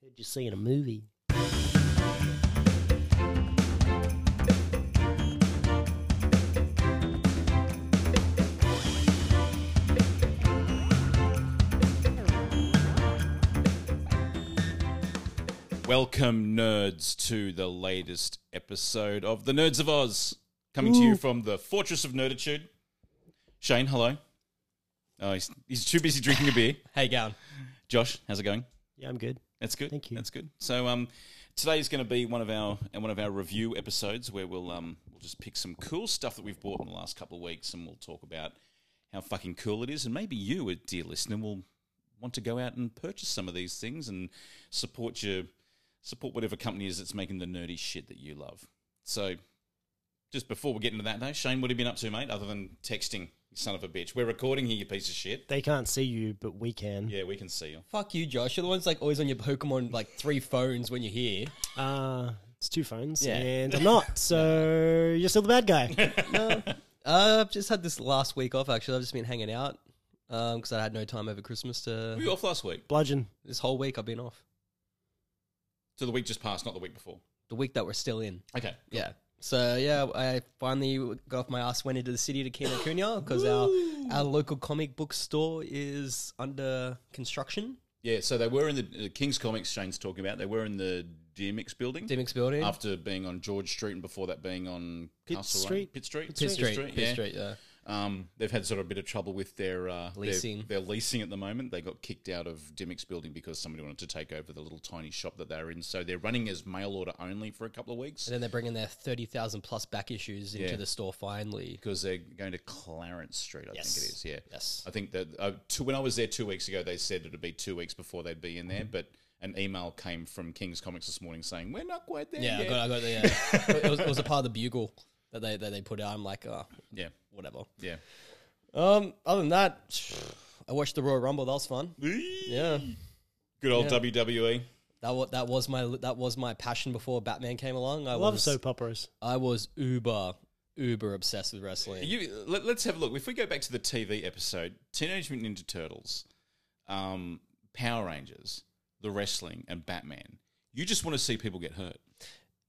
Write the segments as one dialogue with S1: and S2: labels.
S1: could just see in a movie.
S2: Welcome, nerds, to the latest episode of The Nerds of Oz, coming to you from the Fortress of Nerditude. Shane, hello. Oh, he's, he's too busy drinking a beer.
S3: Hey, Gowan.
S2: Josh, how's it going?
S1: Yeah, I'm good.
S2: That's good.
S1: Thank you.
S2: That's good. So, um, today is going to be one of our and one of our review episodes where we'll um we'll just pick some cool stuff that we've bought in the last couple of weeks, and we'll talk about how fucking cool it is, and maybe you, a dear listener, will want to go out and purchase some of these things and support your support whatever company is that's making the nerdy shit that you love. So, just before we get into that, though, Shane, what have you been up to, mate? Other than texting, you son of a bitch. We're recording here, you piece of shit.
S1: They can't see you, but we can.
S2: Yeah, we can see you.
S3: Fuck you, Josh. You're the one's like always on your Pokemon like three phones when you're here.
S1: Uh, it's two phones,
S3: Yeah.
S1: and I'm not, so you're still the bad guy.
S3: Uh, I've just had this last week off. Actually, I've just been hanging out because I had no time over Christmas
S2: Were
S3: to.
S2: you off last week?
S1: Bludgeon.
S3: This whole week I've been off.
S2: So the week just passed, not the week before.
S3: The week that we're still in.
S2: Okay.
S3: Yeah. So yeah, I finally got off my ass, went into the city to Kino Kunya because our our local comic book store is under construction.
S2: Yeah, so they were in the uh, King's Comics. Shane's talking about they were in the DMX building
S3: Demix building.
S2: after being on George Street and before that being on
S1: Pitt
S2: Castle Road-
S1: Street?
S2: Pitt Street,
S3: Pitt Street, Pitt
S2: yeah.
S3: Street, yeah.
S2: Um, they've had sort of a bit of trouble with their uh, their-
S3: Leasing.
S2: Their, leasing at the moment. They got kicked out of Dimmick's building because somebody wanted to take over the little tiny shop that they're in. So they're running as mail order only for a couple of weeks
S3: And then they're bringing their thirty thousand plus back issues into
S2: Yeah.
S3: the store finally.
S2: because they're going to Clarence Street. I think it
S3: Yes.
S2: is. Yeah.
S3: Yes.
S2: I think that uh, two, when I was there two weeks ago, they said it'd be two weeks before they'd be in there,
S3: Mm-hmm.
S2: but an email came from King's Comics this morning saying we're not quite there
S3: Yeah,
S2: yet.
S3: I got, I got the. Yeah. it, was, it was a part of the bugle that they that they put out. I'm like, oh,
S2: yeah,
S3: whatever.
S2: yeah.
S3: Um, other than that, I watched the Royal Rumble. That was fun. Yeah,
S2: Good old E. WWE.
S3: that was that was my that was my passion before Batman came along. I
S1: I love
S3: was,
S1: soap operas.
S3: I was uber uber obsessed with wrestling.
S2: You let, us have a look. If we go back to the TV episode, Teenage Mutant Ninja Turtles, um, Power Rangers, the wrestling, and Batman. You just want to see people get hurt.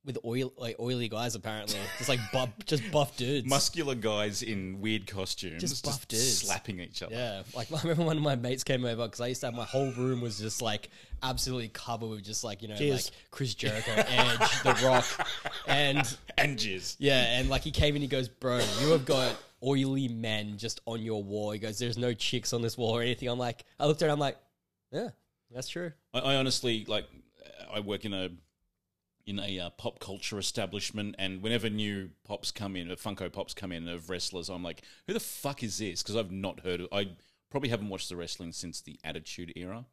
S3: with oil like oily guys apparently, just like buff, just buff dudes.
S2: Muscular guys in weird costumes,
S3: Just buff dudes.
S2: slapping each other.
S3: Yeah, like I remember one of my mates came over because I used to have my whole room was just like absolutely covered with just like you know
S1: Jeez.
S3: like Chris Jericho, Edge, The Rock, and
S2: And jizz.
S3: yeah, and like he came in, he goes, "Bro, you have got oily men just on your wall." He goes, "There's no chicks on this wall or anything." I'm like, I looked at, it, I'm like, yeah, that's true.
S2: I, I honestly like. I work in a in a uh, pop culture establishment, and whenever new pops come in, uh, Funko Pops come in of wrestlers, I'm like, who the fuck is this? Because I've not heard. Of, I probably haven't watched the wrestling since the Attitude Era.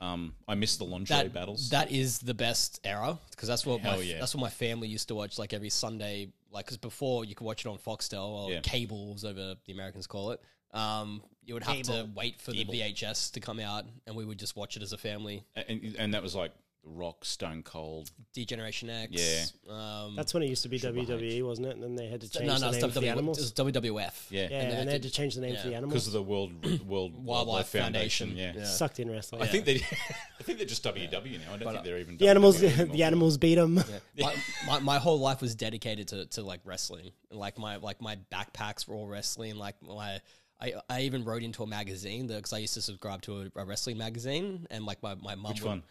S2: Um, I miss the lingerie
S3: That
S2: battles.
S3: that is the best era because that's what my,
S2: Hell yeah.
S3: that's what my family used to watch like every Sunday. Like because before you could watch it on Foxtel or
S2: Yeah.
S3: cable, as over the Americans call it. Um, you would have to wait for the VHS to come out, and we would just watch it as a family.
S2: and, and that was like The Rock, Stone Cold.
S3: Degeneration X.
S2: Yeah.
S3: Um,
S1: That's when it used to be WWE, wasn't it? And then they had to change
S3: no,
S1: the
S3: no,
S1: name
S3: it's
S1: for the
S3: WW-
S1: animals.
S3: it's WWF.
S2: Yeah,
S1: yeah, and then they had to change the name for the
S2: because
S1: animals.
S2: of the World World Wildlife
S3: Wildlife
S2: Foundation.
S3: Foundation,
S2: Yeah.
S3: yeah.
S1: Sucked in wrestling.
S2: I think they. I think they're just WW now. I don't think they're
S3: uh,
S2: even
S1: the animals,
S2: WWE anymore.
S1: the animals beat them.
S3: my, my, my whole life was dedicated to, to like wrestling and like my like my backpacks were all wrestling like my I, I even wrote into a magazine because I used to subscribe to a, a wrestling magazine and like my my mum
S2: Which
S3: would-
S2: one?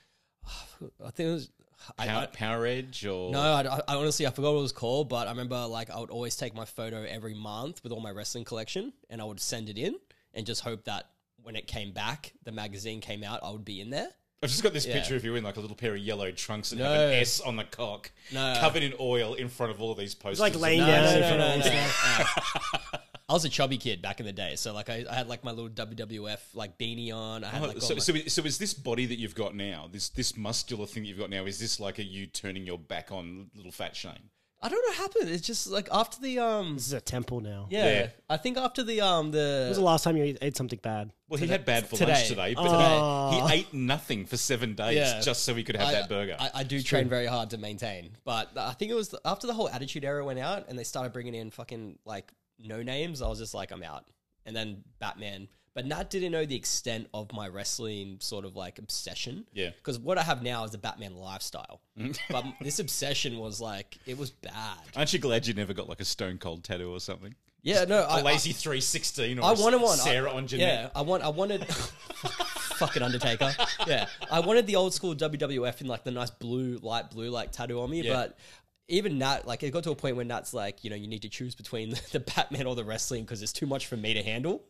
S3: I think it was I,
S2: Power,
S3: I,
S2: Power Edge or
S3: no I, I honestly I forgot what it was called but I remember like I would always take my photo every month with all my wrestling collection and I would send it in and just hope that when it came back the magazine came out I would be in there
S2: I've just got this
S3: Yeah.
S2: picture of you in like a little pair of yellow trunks and have an
S3: No.
S2: S on the cock,
S3: No.
S2: covered in oil in front of all of these posters.
S1: like laying
S2: of-
S1: down.
S3: No,
S1: Yeah,
S3: no,
S1: so
S3: no, no,
S1: for
S3: no, no. I was a chubby kid back in the day, so like I, I had like my little WWF like beanie on. I had like all
S2: Oh, so,
S3: Oh my-
S2: so, so is this body that you've got now, this this muscular thing that you've got now, is this like a you turning your back on little fat Shane?
S3: I don't know what happened. It's just like after the um
S1: This is a temple now.
S3: yeah,
S2: Yeah.
S3: I think after the um
S1: When was the
S3: the
S1: last time you ate something bad?
S2: Well, he had bad for lunch today,
S3: today.
S2: but
S1: Oh.
S2: he ate nothing for seven days
S3: Yeah.
S2: just so he could have
S3: I,
S2: that burger.
S3: I, I do train very hard to maintain, but I think it was the, after the whole Attitude Era went out and they started bringing in fucking like no names. I was just like I'm out, and then Batman. But But Nat didn't know the extent of my wrestling sort of like obsession.
S2: Yeah.
S3: Because what I have now is a Batman lifestyle. but this obsession was like, it was bad.
S2: Aren't you glad you never got like a stone cold tattoo or something?
S3: Yeah, no, I
S2: A lazy 316 or
S3: I
S2: a
S3: wanted one. I-
S2: Sarah on Jeanette.
S3: Yeah, I want. I wanted. fucking Undertaker. Yeah, I wanted the old school WWF in like the nice blue, light blue, like tattoo on me.
S2: Yeah.
S3: But even Nat, like, it got to a point where Nat's like, you know, you need to choose between the Batman or the wrestling because it's too much for me to handle.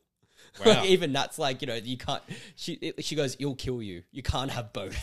S2: Wow.
S3: Like, even Nat's like, you know, you can't. She it, she goes, "You'll kill you. You can't have both."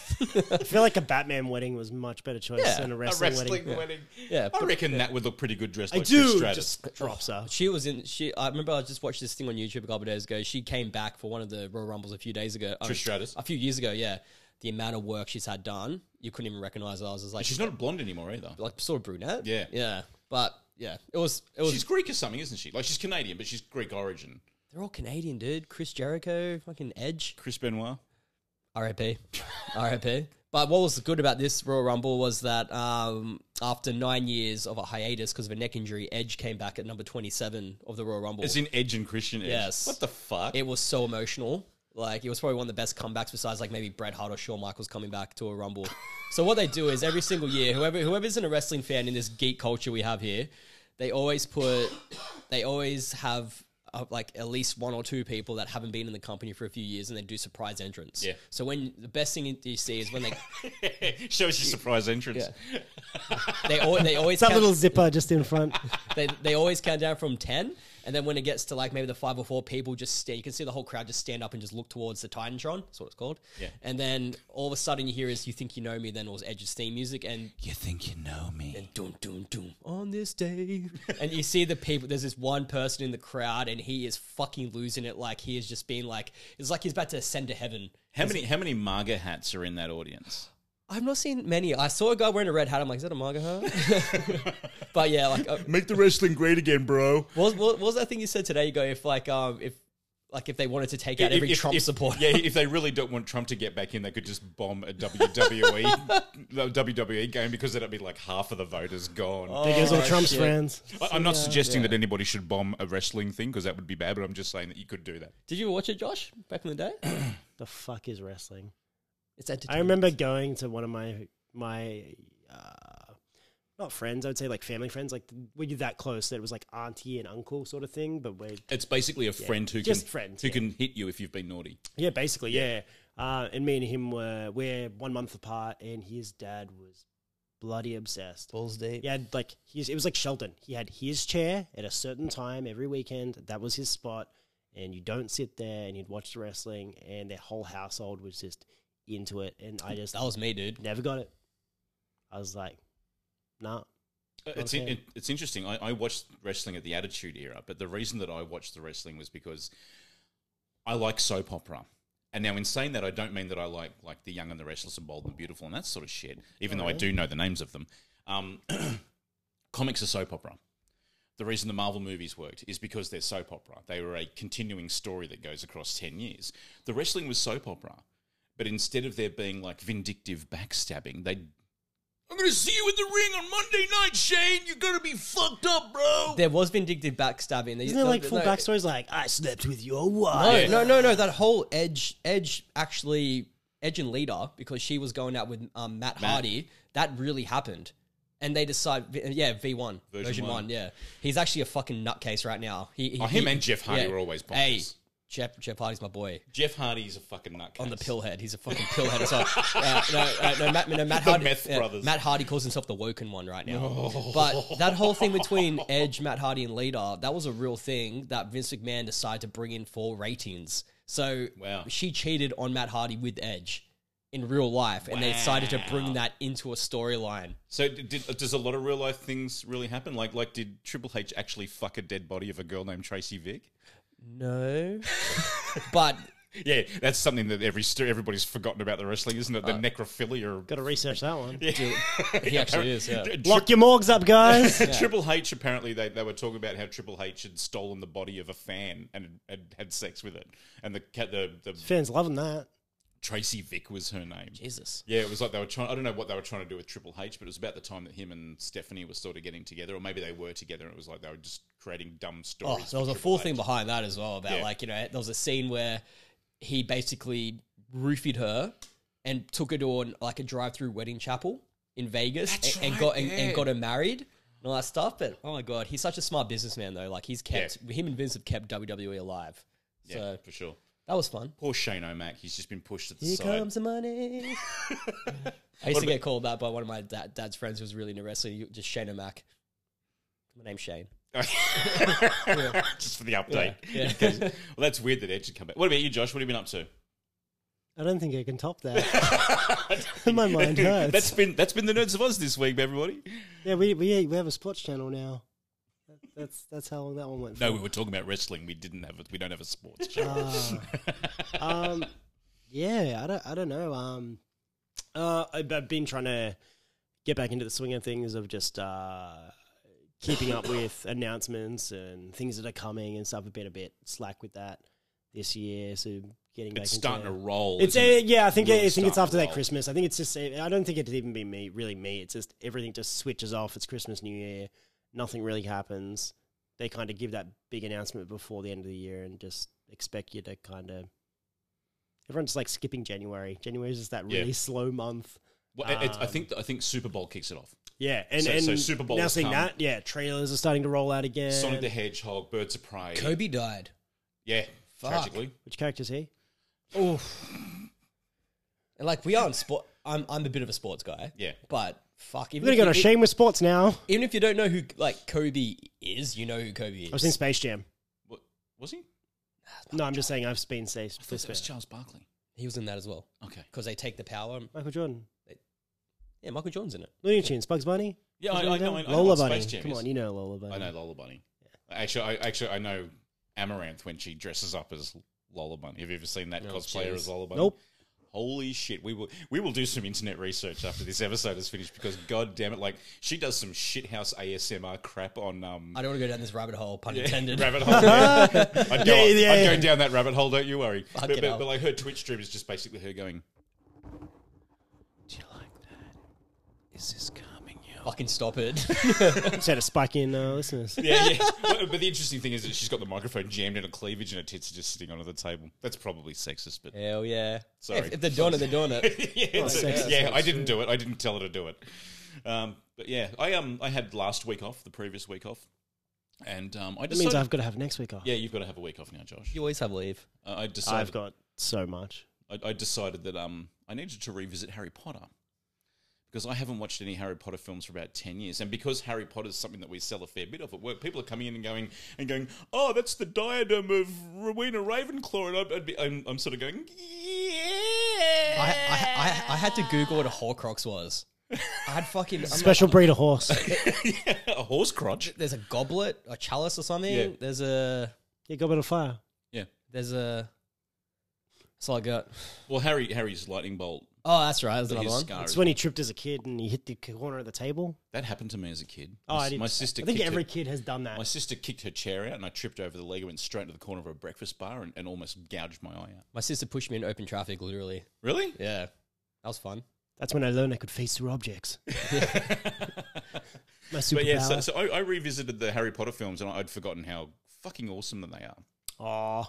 S1: I feel like a Batman wedding was much better choice
S3: Yeah,
S1: than a
S3: a
S2: A
S1: wrestling,
S2: wrestling
S1: wedding.
S2: wedding.
S3: yeah,
S2: I reckon that would look pretty good dressed
S1: I
S2: like Trish
S1: do
S2: Stratus.
S1: just drops her.
S3: She was in. She. I remember I just watched this thing on YouTube a couple of days ago. She came back for one of the Royal Rumbles a few days ago. oh,
S2: Trish Stratus.
S3: A few years ago, yeah. The amount of work she's had done, you couldn't even recognize. her. I was just like,
S2: She's not a blonde anymore either.
S3: like sort of brunette.
S2: Yeah.
S3: yeah. But yeah, it was. It was.
S2: She's Greek or something, isn't she? Like she's Canadian, but she's Greek origin.
S3: they're all Canadian, dude. Chris Jericho, fucking Edge,
S2: Chris Benoit.
S3: R.I.P. R.I.P. But what was good about this Royal Rumble was that um, after nine years of a hiatus because of a neck injury, Edge came back at number twenty-seven of the Royal Rumble.
S2: It's in Edge and Christian Edge.
S3: Yes.
S2: What the fuck?
S3: It was so emotional. Like it was probably one of the best comebacks besides like maybe Bret Hart or Shawn Michaels coming back to a rumble. so what they do is every single year, whoever whoever isn't a wrestling fan in this geek culture we have here, they always put they always have uh, like at least one or two people that haven't been in the company for a few years and they do surprise entrance.
S2: Yeah.
S3: So when the best thing you see is when they
S2: Shows your surprise entrance.
S3: they always they always
S1: It's that
S3: count-
S1: little zipper just in front.
S3: they, they always count down from 10 and then when it gets to like maybe the five or four people just stand, you can see the whole crowd just stand up and just look towards the titantron that's what it's called
S2: Yeah.
S3: and then all of a sudden you hear is you think you know me then it was edge's theme music and
S2: You think you know me?
S3: doom doom doom on this day and you see the people there's this one person in the crowd and he is fucking losing it like he is just being like it's like he's about to ascend to heaven
S2: How many how many MAGA hats are in that audience?
S3: i've not seen many i saw a guy wearing a red hat i'm like is that a manga hat but yeah like uh,
S2: Make the wrestling great again, bro.
S3: What was, what was that thing you said today? You go if like um if like if they wanted to take out every Trump supporter.
S2: Yeah, if they really don't want Trump to get back in, they could just bomb a WWE the WWE game because that'd be like half of the voters gone.
S1: There goes all
S3: Oh,
S1: Trump's
S3: shit.
S1: friends.
S2: I- I'm not suggesting that anybody should bomb a wrestling thing because that would be bad, but I'm just saying that you could do that.
S3: Did you watch it, Josh, back in the day?
S1: The fuck is wrestling?
S3: It's entertaining.
S1: I remember going to one of my my uh, not friends, I would say like family friends, like we're that close that it was like auntie and uncle sort of thing, but we
S2: It's basically a friend who
S1: Just
S2: can
S1: friends,
S2: who
S1: yeah.
S2: can hit you if you've been naughty.
S1: yeah, basically, yeah. Uh, and me and him were we're one month apart, and his dad was bloody obsessed.
S3: balls deep.
S1: He had like his, it was like Shelton. He had his chair at a certain time every weekend. That was his spot, and you don't sit there. And he'd watch the wrestling, and their whole household was just into it. And I just
S3: that was me, dude.
S1: Never got it. I was like, nah.
S2: Uh, It's
S1: Okay.
S2: it, it's interesting. I, I watched wrestling at the Attitude Era, but the reason that I watched the wrestling was because I like soap opera. And now, in saying that, I don't mean that I like like the Young and the Restless and Bold and the Beautiful and that sort of shit. Even though I do know the names of them, um, comics are soap opera. The reason the Marvel movies worked is because they're soap opera. They were a continuing story that goes across ten years. The wrestling was soap opera, but instead of there being like vindictive backstabbing, they I'm gonna see you in the ring on Monday night, Shane. You're gonna be fucked up, bro.
S3: There was vindictive backstabbing. They-
S1: Isn't there like full
S3: no,
S1: backstories like I slept with your
S3: No,
S1: wife?
S3: no, no, no. That whole Edge, Edge actually, Edge and Leader, because she was going out with um, Matt, Hardy. That really happened, and they decide, yeah, V one version, one.
S2: one.
S3: yeah. He's actually a fucking nutcase right now. He, he
S2: Oh, him
S3: he-
S2: and Jeff Hardy were always
S3: Hey,
S2: bonkers.
S3: Jeff, Jeff Hardy's my boy.
S2: Jeff Hardy's a fucking nutcase.
S3: on the pill head. He's a fucking pill head. as well. Uh, no, uh, no, Matt, no, Matt
S2: The
S3: Hardy.
S2: meth
S3: yeah,
S2: brothers.
S3: Matt Hardy calls himself the woken one right now. But that whole thing between Edge, Matt Hardy, and Lita, that was a real thing that Vince McMahon decided to bring in for ratings. So
S2: Wow.
S3: she cheated on Matt Hardy with Edge in real life, and they decided to bring that into a storyline.
S2: So, d- did, does a lot of real life things really happen? Like, like did Triple H actually fuck a dead body of a girl named Tracy Vick?
S3: No, but
S2: Yeah, that's something that every st- everybody's forgotten about the wrestling, isn't it?
S3: Uh,
S2: The necrophilia.
S1: Got to research that one.
S3: he actually is. Yeah.
S2: Tri-
S1: Lock your morgues up, guys.
S2: Triple H apparently they, they were talking about how Triple H had stolen the body of a fan and had, had sex with it, and the ca- the, the
S1: Fans loving that.
S2: Tracy Vick was her name.
S3: Jesus.
S2: Yeah, it was like they were trying. I don't know what they were trying to do with Triple H, but it was about the time that him and Stephanie were sort of getting together, or maybe they were together. and It was like they were just creating dumb
S3: Oh,
S2: stories.
S3: there was
S2: for
S3: a
S2: Triple
S3: full
S2: H.
S3: thing behind that as well about
S2: Yeah.
S3: like you know there was a scene where he basically roofied her and took her to an, like a drive-through wedding chapel in Vegas
S2: That's
S3: and, and
S2: right,
S3: got and, and
S2: yeah.
S3: got her married and all that stuff. But oh my god, he's such a smart businessman though. Like he's kept him and Vince have kept WWE alive.
S2: Yeah,
S3: So
S2: for sure.
S3: that was fun.
S2: Poor Shane O'Mac. He's just been pushed to the
S3: Here
S2: side.
S3: comes the money. I used to get called that by one of my dad, dad's friends who was really into wrestling. You- Just Shane O'Mac. My name's Shane.
S2: just for the update.
S3: Yeah.
S2: In case- well, that's weird that Edge had come back. What about you, Josh? What have you been up to?
S1: I don't think I can top that. My mind hurts.
S2: that's been that's been the Nerds of Oz this week, everybody.
S1: yeah, we, we we have a sports channel now. That, that's that's how long that one went.
S2: No,
S1: for.
S2: we were talking about wrestling. We didn't have a, we don't have a sports show.
S1: Ah. um, yeah, I don't I don't know. Um, uh, I've, I've been trying to get back into the swing of things of just uh, keeping up with announcements and things that are coming and stuff. I've been a bit slack with that this year, so getting back
S2: it's
S1: into
S2: starting to roll.
S1: It's
S2: isn't
S1: uh,
S2: it?
S1: yeah, I think
S2: Really
S1: I think it's
S2: starting to
S1: after that
S2: roll.
S1: Christmas. I think it's just I don't think it'd even be me really me. It's just everything just switches off. It's Christmas, New Year, nothing really happens. They kind of give that big announcement before the end of the year and just expect you to kind of. Everyone's like skipping January. January is just that
S2: Yeah.
S1: really slow month.
S2: Well, it- it's- I
S1: Um,
S2: think I think Super Bowl kicks it off.
S1: Yeah, and
S2: So-
S1: and
S2: so Super Bowl
S1: now
S2: has
S1: seeing
S2: come.
S1: that, yeah, trailers are starting to roll out again.
S2: Sonic the Hedgehog, Birds of Prey.
S3: Kobe died.
S2: Yeah,
S3: Fuck.
S2: tragically.
S1: Which character's he?
S3: And like we are in sport. I'm I'm a bit of a sports guy.
S2: Yeah.
S3: But fuck, even
S1: We're gonna
S3: if
S1: go to
S3: you-
S1: shame with sports now.
S3: even if you don't know who like Kobe is, you know who Kobe is.
S1: I've seen Space Jam.
S2: What, was he?
S1: No, I'm just saying I've been safe.
S2: I thought that was Charles Barkley.
S3: he was in that as well
S2: Okay.
S3: because they take the power. and-
S1: Michael Jordan.
S3: Yeah, Michael Jordan's in it.
S1: Looney Tunes, Bugs Bunny.
S2: Yeah,
S1: Bugs
S2: I- I
S1: Bunny
S2: know-
S1: down?
S2: I know
S1: Lola
S2: what
S1: Bunny.
S2: Space Jam
S1: Come
S2: is.
S1: on, you know Lola Bunny.
S2: I know Lola Bunny. Actually, I actually I know Amaranth when she dresses up as Lola Bunny. Have you ever seen that cosplayer
S3: jeez.
S2: as Lola Bunny?
S1: Nope.
S2: Holy shit! We will we will do some internet research after this episode is finished because god damn it, like she does some shithouse ASMR crap on um
S3: I don't want to go down this rabbit hole, pun intended.
S2: rabbit hole. yeah. I'd, go,
S1: Yeah, yeah,
S2: I'd
S1: yeah.
S2: go down that rabbit hole. Don't you worry. But,
S3: Fucking
S2: but,
S3: hell.
S2: but like her Twitch stream is just basically her going. Do you like that? Is this calming you?
S3: Fucking stop it.
S1: Just had a spike in uh, listeners.
S2: Yeah, yeah. but, but the interesting thing is that she's got the microphone jammed in her cleavage and her tits are just sitting onto the table. That's probably sexist, but
S3: Hell yeah.
S2: Sorry.
S3: If, if they're doing it, they're doing it.
S2: yeah, it's-
S1: sexist,
S2: yeah. I didn't do it. I didn't tell her to do it. Um, but yeah, I um, I had last week off, the previous week off, and um, I
S1: That means
S2: decided.
S1: I've got to have next week off.
S2: yeah, you've got to have a week off now, Josh.
S3: You always have leave.
S2: Uh, I decided.
S1: I've got so much.
S2: I, I decided that um, I needed to revisit Harry Potter because I haven't watched any Harry Potter films for about ten years, and because Harry Potter is something that we sell a fair bit of at work, people are coming in and going and going, "Oh, that's the diadem of Rowena Ravenclaw," and I'd, I'd be, I'm, I'm sort of going,
S3: I, I,
S2: "Yeah."
S3: I, I had to Google what a Horcrux was. I had fucking. I'm like,
S1: Special breed of horse.
S2: a horse crotch.
S3: there's a goblet, a chalice or something.
S2: Yeah.
S3: There's a.
S1: yeah, Goblet of Fire.
S2: Yeah.
S3: There's a. That's all I got.
S2: Well, Harry Harry's lightning bolt.
S3: Oh, that's right. There's another
S2: His
S3: one.
S2: scar.
S1: It's
S2: is-
S1: when he tripped as a kid and he hit the corner of the table.
S2: That happened to me as a kid.
S1: Oh,
S2: my,
S1: I didn't.
S2: my sister.
S1: I think
S2: kicked
S1: every
S2: her,
S1: kid has done that.
S2: my sister kicked her chair out, and I tripped over the leg and went straight into the corner of a breakfast bar and, and almost gouged my eye out.
S3: My sister pushed me in open traffic, literally.
S2: Really?
S3: Yeah. That was fun.
S1: That's when I learned I could face through objects. my superpower.
S2: But yeah, so, so I, I revisited the Harry Potter films, and I'd forgotten how fucking awesome that they are.
S1: Aw.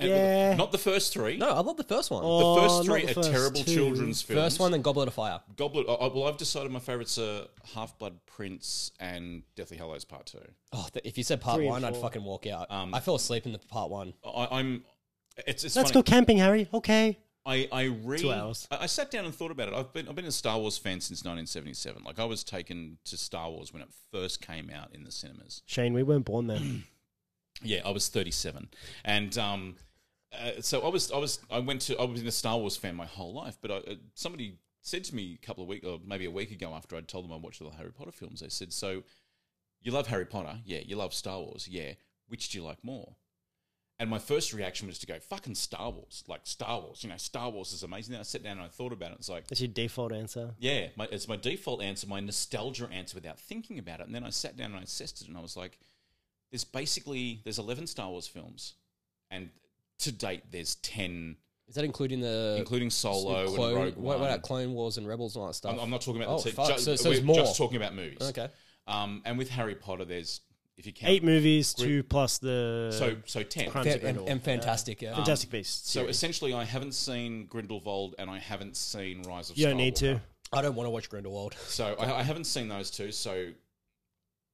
S2: And
S1: Yeah.
S2: Not the first three.
S3: No, I love the first one.
S2: The
S1: Oh,
S2: first
S1: not
S2: three
S1: the
S2: are
S1: first
S2: terrible
S1: two.
S2: children's films.
S3: First one, then Goblet of Fire.
S2: Goblet. I, I- well, I've decided my favourites are Half Blood Prince and Deathly Hallows Part Two.
S3: Oh, th- if you said part
S1: Three and
S3: one, I'd
S1: four.
S3: fucking walk out.
S2: Um,
S3: I fell asleep in the part one.
S2: I, I'm. It's, it's
S1: Let's
S2: funny.
S1: go camping, Harry. Okay.
S2: I I re-
S1: Two hours.
S2: I, I sat down and thought about it. I've been I've been a Star Wars fan since 1977. Like I was taken to Star Wars when it first came out in the cinemas.
S1: Shane, we weren't born then.
S2: Yeah, I was 37, and um, uh, so I was I was I went to I was been a Star Wars fan my whole life. But I, uh, somebody said to me a couple of weeks or maybe a week ago after I'd told them I watched all the Harry Potter films, they said, "So you love Harry Potter? Yeah. You love Star Wars? Yeah. Which do you like more?" And my first reaction was to go, fucking Star Wars. Like, Star Wars. You know, Star Wars is amazing. Then I sat down and I thought about it. It's like,
S1: That's your default answer.
S2: yeah, my, it's my default answer, my nostalgia answer without thinking about it. And then I sat down and I assessed it, and I was like, "There's basically there's 11 Star Wars films, and to date there's 10
S3: Is that including the
S2: including Solo
S3: Clone,
S2: and Rogue
S3: what,
S2: One.
S3: what about Clone Wars and Rebels and all that stuff?
S2: I'm, I'm not talking about
S3: Oh,
S2: the t-
S3: fuck,
S2: ju-
S3: so- so
S2: we're
S3: there's more.
S2: just talking about movies.
S3: okay.
S2: Um, and with Harry Potter, there's if you count
S1: Eight movies,
S2: Great.
S1: two plus the
S2: so so ten.
S1: Crimes of
S3: Fan- and,
S1: Grindelwald.
S3: and fantastic. Yeah.
S1: Fantastic Beasts.
S2: So
S1: series.
S2: essentially, I haven't seen Grindelwald and I haven't seen Rise of.
S1: you don't need
S2: Skywalker.
S1: to.
S3: I don't want to watch Grindelwald.
S2: So I, I haven't seen those two. So,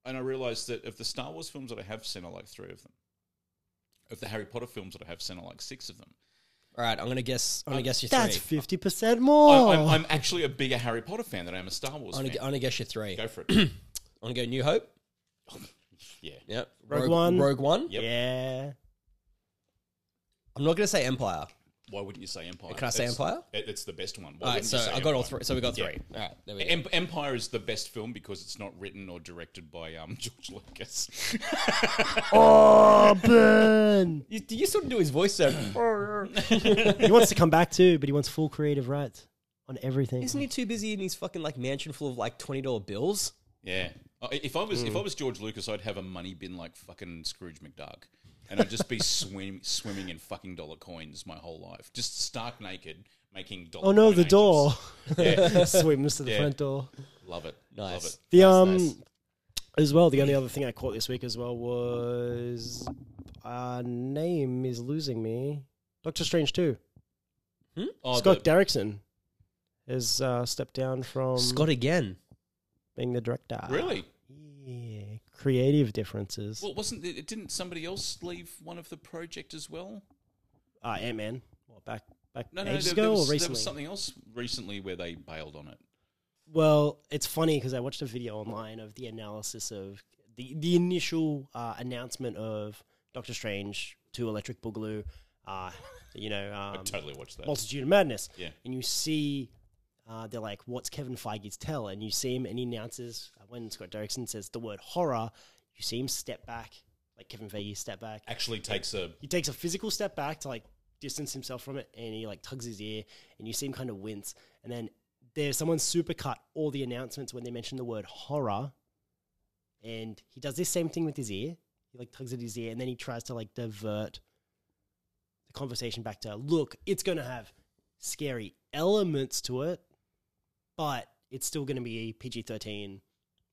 S2: and I realised that of the Star Wars films that I have seen, I like three of them. Of the Harry Potter films that I have seen, I like six of them.
S3: All right, I'm gonna guess. I'm gonna guess you
S1: That's
S3: three.
S1: fifty percent
S2: I,
S1: more.
S3: Oh.
S2: I'm, I'm actually a bigger Harry Potter fan than I am a Star Wars
S3: I'm
S2: fan.
S3: gonna, I'm gonna guess you three.
S2: Go for it.
S3: I'm gonna go New Hope.
S2: yeah.
S3: Yep.
S1: Rogue One.
S3: Rogue One.
S2: Yep.
S1: Yeah,
S3: I'm not gonna say Empire.
S2: Why wouldn't you say Empire?
S3: Can I say
S2: It's-
S3: Empire?
S2: It, it's the best one. Why
S3: All right,
S2: wouldn't
S3: so
S2: you say
S3: I got all
S2: Empire?
S3: three. So we got
S2: Yeah.
S3: three. All right, there we go.
S2: Em- Empire is the best film because it's not written or directed by um, George Lucas.
S1: Oh, burn!
S3: You, you sort of do his voice there.
S1: he wants to come back too, but he wants full creative rights on everything.
S3: Isn't he too busy in his fucking like mansion full of like twenty dollar bills?
S2: Yeah. Uh, I- If I was if
S1: Hmm.
S2: I was George Lucas, I'd have a money bin like fucking Scrooge McDuck, and I'd just be swim, swimming in fucking dollar coins my whole life, just stark naked making dollar.
S1: oh no,
S2: coin
S1: the
S2: angels.
S1: door
S2: Yeah,
S1: swims to the
S2: Yeah.
S1: front door.
S2: love it. Love
S3: Nice.
S2: it.
S1: The
S3: Nice,
S1: um,
S3: nice.
S1: as well. The only other thing I caught this week as well was uh name is losing me. Doctor Strange too.
S2: Oh,
S1: Scott
S2: the,
S1: Derrickson has uh, stepped down from
S3: Scott again.
S1: being the director.
S2: really?
S1: Yeah. Creative differences.
S2: Well, wasn't it? Didn't somebody else leave one of the project as well?
S1: uh, Ant Man. Well, back back
S2: No, no,
S1: ages
S2: there,
S1: ago
S2: there,
S1: or
S2: was,
S1: recently.
S2: there was something else recently where they bailed on it.
S1: Well, it's funny because I watched a video online of the analysis of the the initial uh, announcement of Doctor Strange to Electric Boogaloo. Uh, you know,
S2: I
S1: um,
S2: totally watched that.
S1: Multitude of Madness.
S2: Yeah.
S1: And you see, uh, they're like, what's Kevin Feige's tell? And you see him, and he announces, uh, when Scott Derrickson says the word horror, you see him step back, like Kevin Feige step back.
S2: Actually, takes a
S1: He takes a physical step back to like distance himself from it, and he like tugs his ear, and you see him kind of wince. And then there's someone supercut all the announcements when they mention the word horror, and he does this same thing with his ear. He like tugs at his ear, and then he tries to like divert the conversation back to look, it's going to have scary elements to it, but it's still going to be PG thirteen.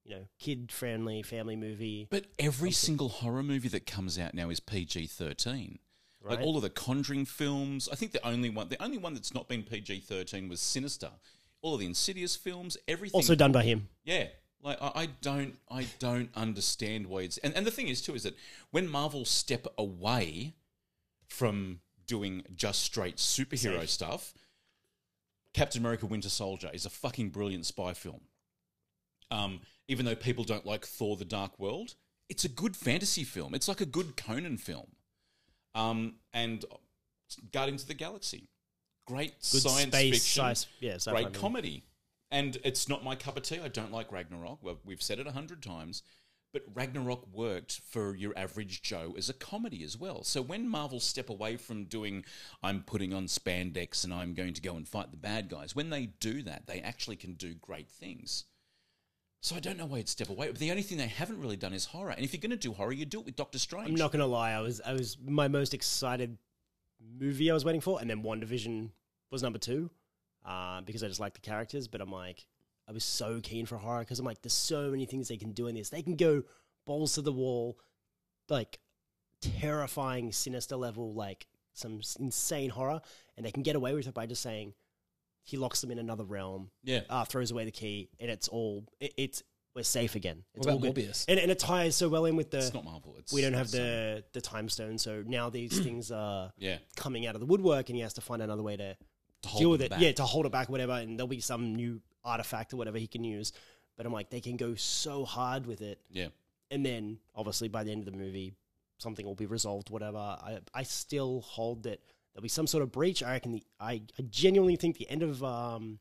S1: You know, kid friendly family movie.
S2: But every single horror movie that comes out now is PG thirteen. Like
S1: Right.
S2: all of the Conjuring films, I think the only one, the only one that's not been PG thirteen was Sinister. All of the Insidious films, everything.
S1: Also done by him.
S2: yeah. Like I, I don't, I don't understand why it's. And, and the thing is too is that when Marvel step away from doing just straight superhero
S1: Safe.
S2: stuff, Captain America: Winter Soldier is a fucking brilliant spy film. Um, even though people don't like Thor: The Dark World, it's a good fantasy film. It's like a good Conan film. Um, and Guardians of the Galaxy, great
S1: Good
S2: science
S1: space,
S2: fiction,
S1: sci- yeah, sci-fi
S2: great
S1: movie.
S2: comedy. And it's not my cup of tea. I don't like Ragnarok. Well, we've said it a hundred times, but Ragnarok worked for your average Joe as a comedy as well. So when Marvel step away from doing, I'm putting on spandex and I'm going to go and fight the bad guys. When they do that, they actually can do great things. So I don't know why you'd step away. But the only thing they haven't really done is horror. And if you're going to do horror, you do it with Doctor Strange.
S1: I'm not gonna lie, I was I was my most excited movie I was waiting for, and then WandaVision was number two uh, because I just like the characters. But I'm like, I was so keen for horror because I'm like, there's so many things they can do in this. They can go balls to the wall, like terrifying, sinister level, like some s- insane horror, and they can get away with it by just saying he locks them in another realm,
S2: Yeah.
S1: uh, throws away the key, and it's all it, it's we're safe again. It's
S3: What
S1: all
S3: about
S1: good.
S3: Morbius?
S1: And, and it ties so well in with the
S2: It's not Marvel. It's
S1: we don't have
S2: it's, um,
S1: the the time stone, so now these things are
S2: yeah
S1: coming out of the woodwork, and he has to find another way to,
S2: to
S1: deal
S2: hold
S1: with
S2: them
S1: it.
S2: back.
S1: Yeah, to hold it back, whatever, and there'll be some new artifact or whatever he can use. But I'm like, they can go so hard with it,
S2: yeah.
S1: and then obviously by the end of the movie, something will be resolved. Whatever. I I still hold that there'll be some sort of breach. I reckon. The, I I genuinely think the end of um,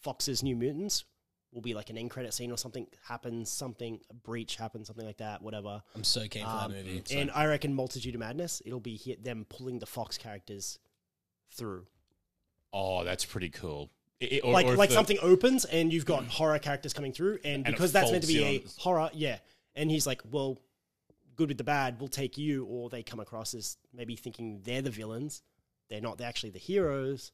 S1: Fox's New Mutants will be like an end credit scene or something happens, something a breach happens, something like that. Whatever.
S3: I'm so keen for
S1: Um,
S3: that movie.
S1: And I reckon Multitude of Madness, it'll be hit them pulling the Fox characters through.
S2: Oh, that's pretty cool. I- I- or-
S1: like
S2: or if
S1: like
S2: the-
S1: something opens and you've got horror characters coming through and,
S2: it
S1: because that's meant to
S2: folds
S1: be
S2: in
S1: a
S2: on-
S1: horror, yeah. And he's like, "Well, good with the bad, we'll take you." Or they come across as maybe thinking they're the villains they're not actually the heroes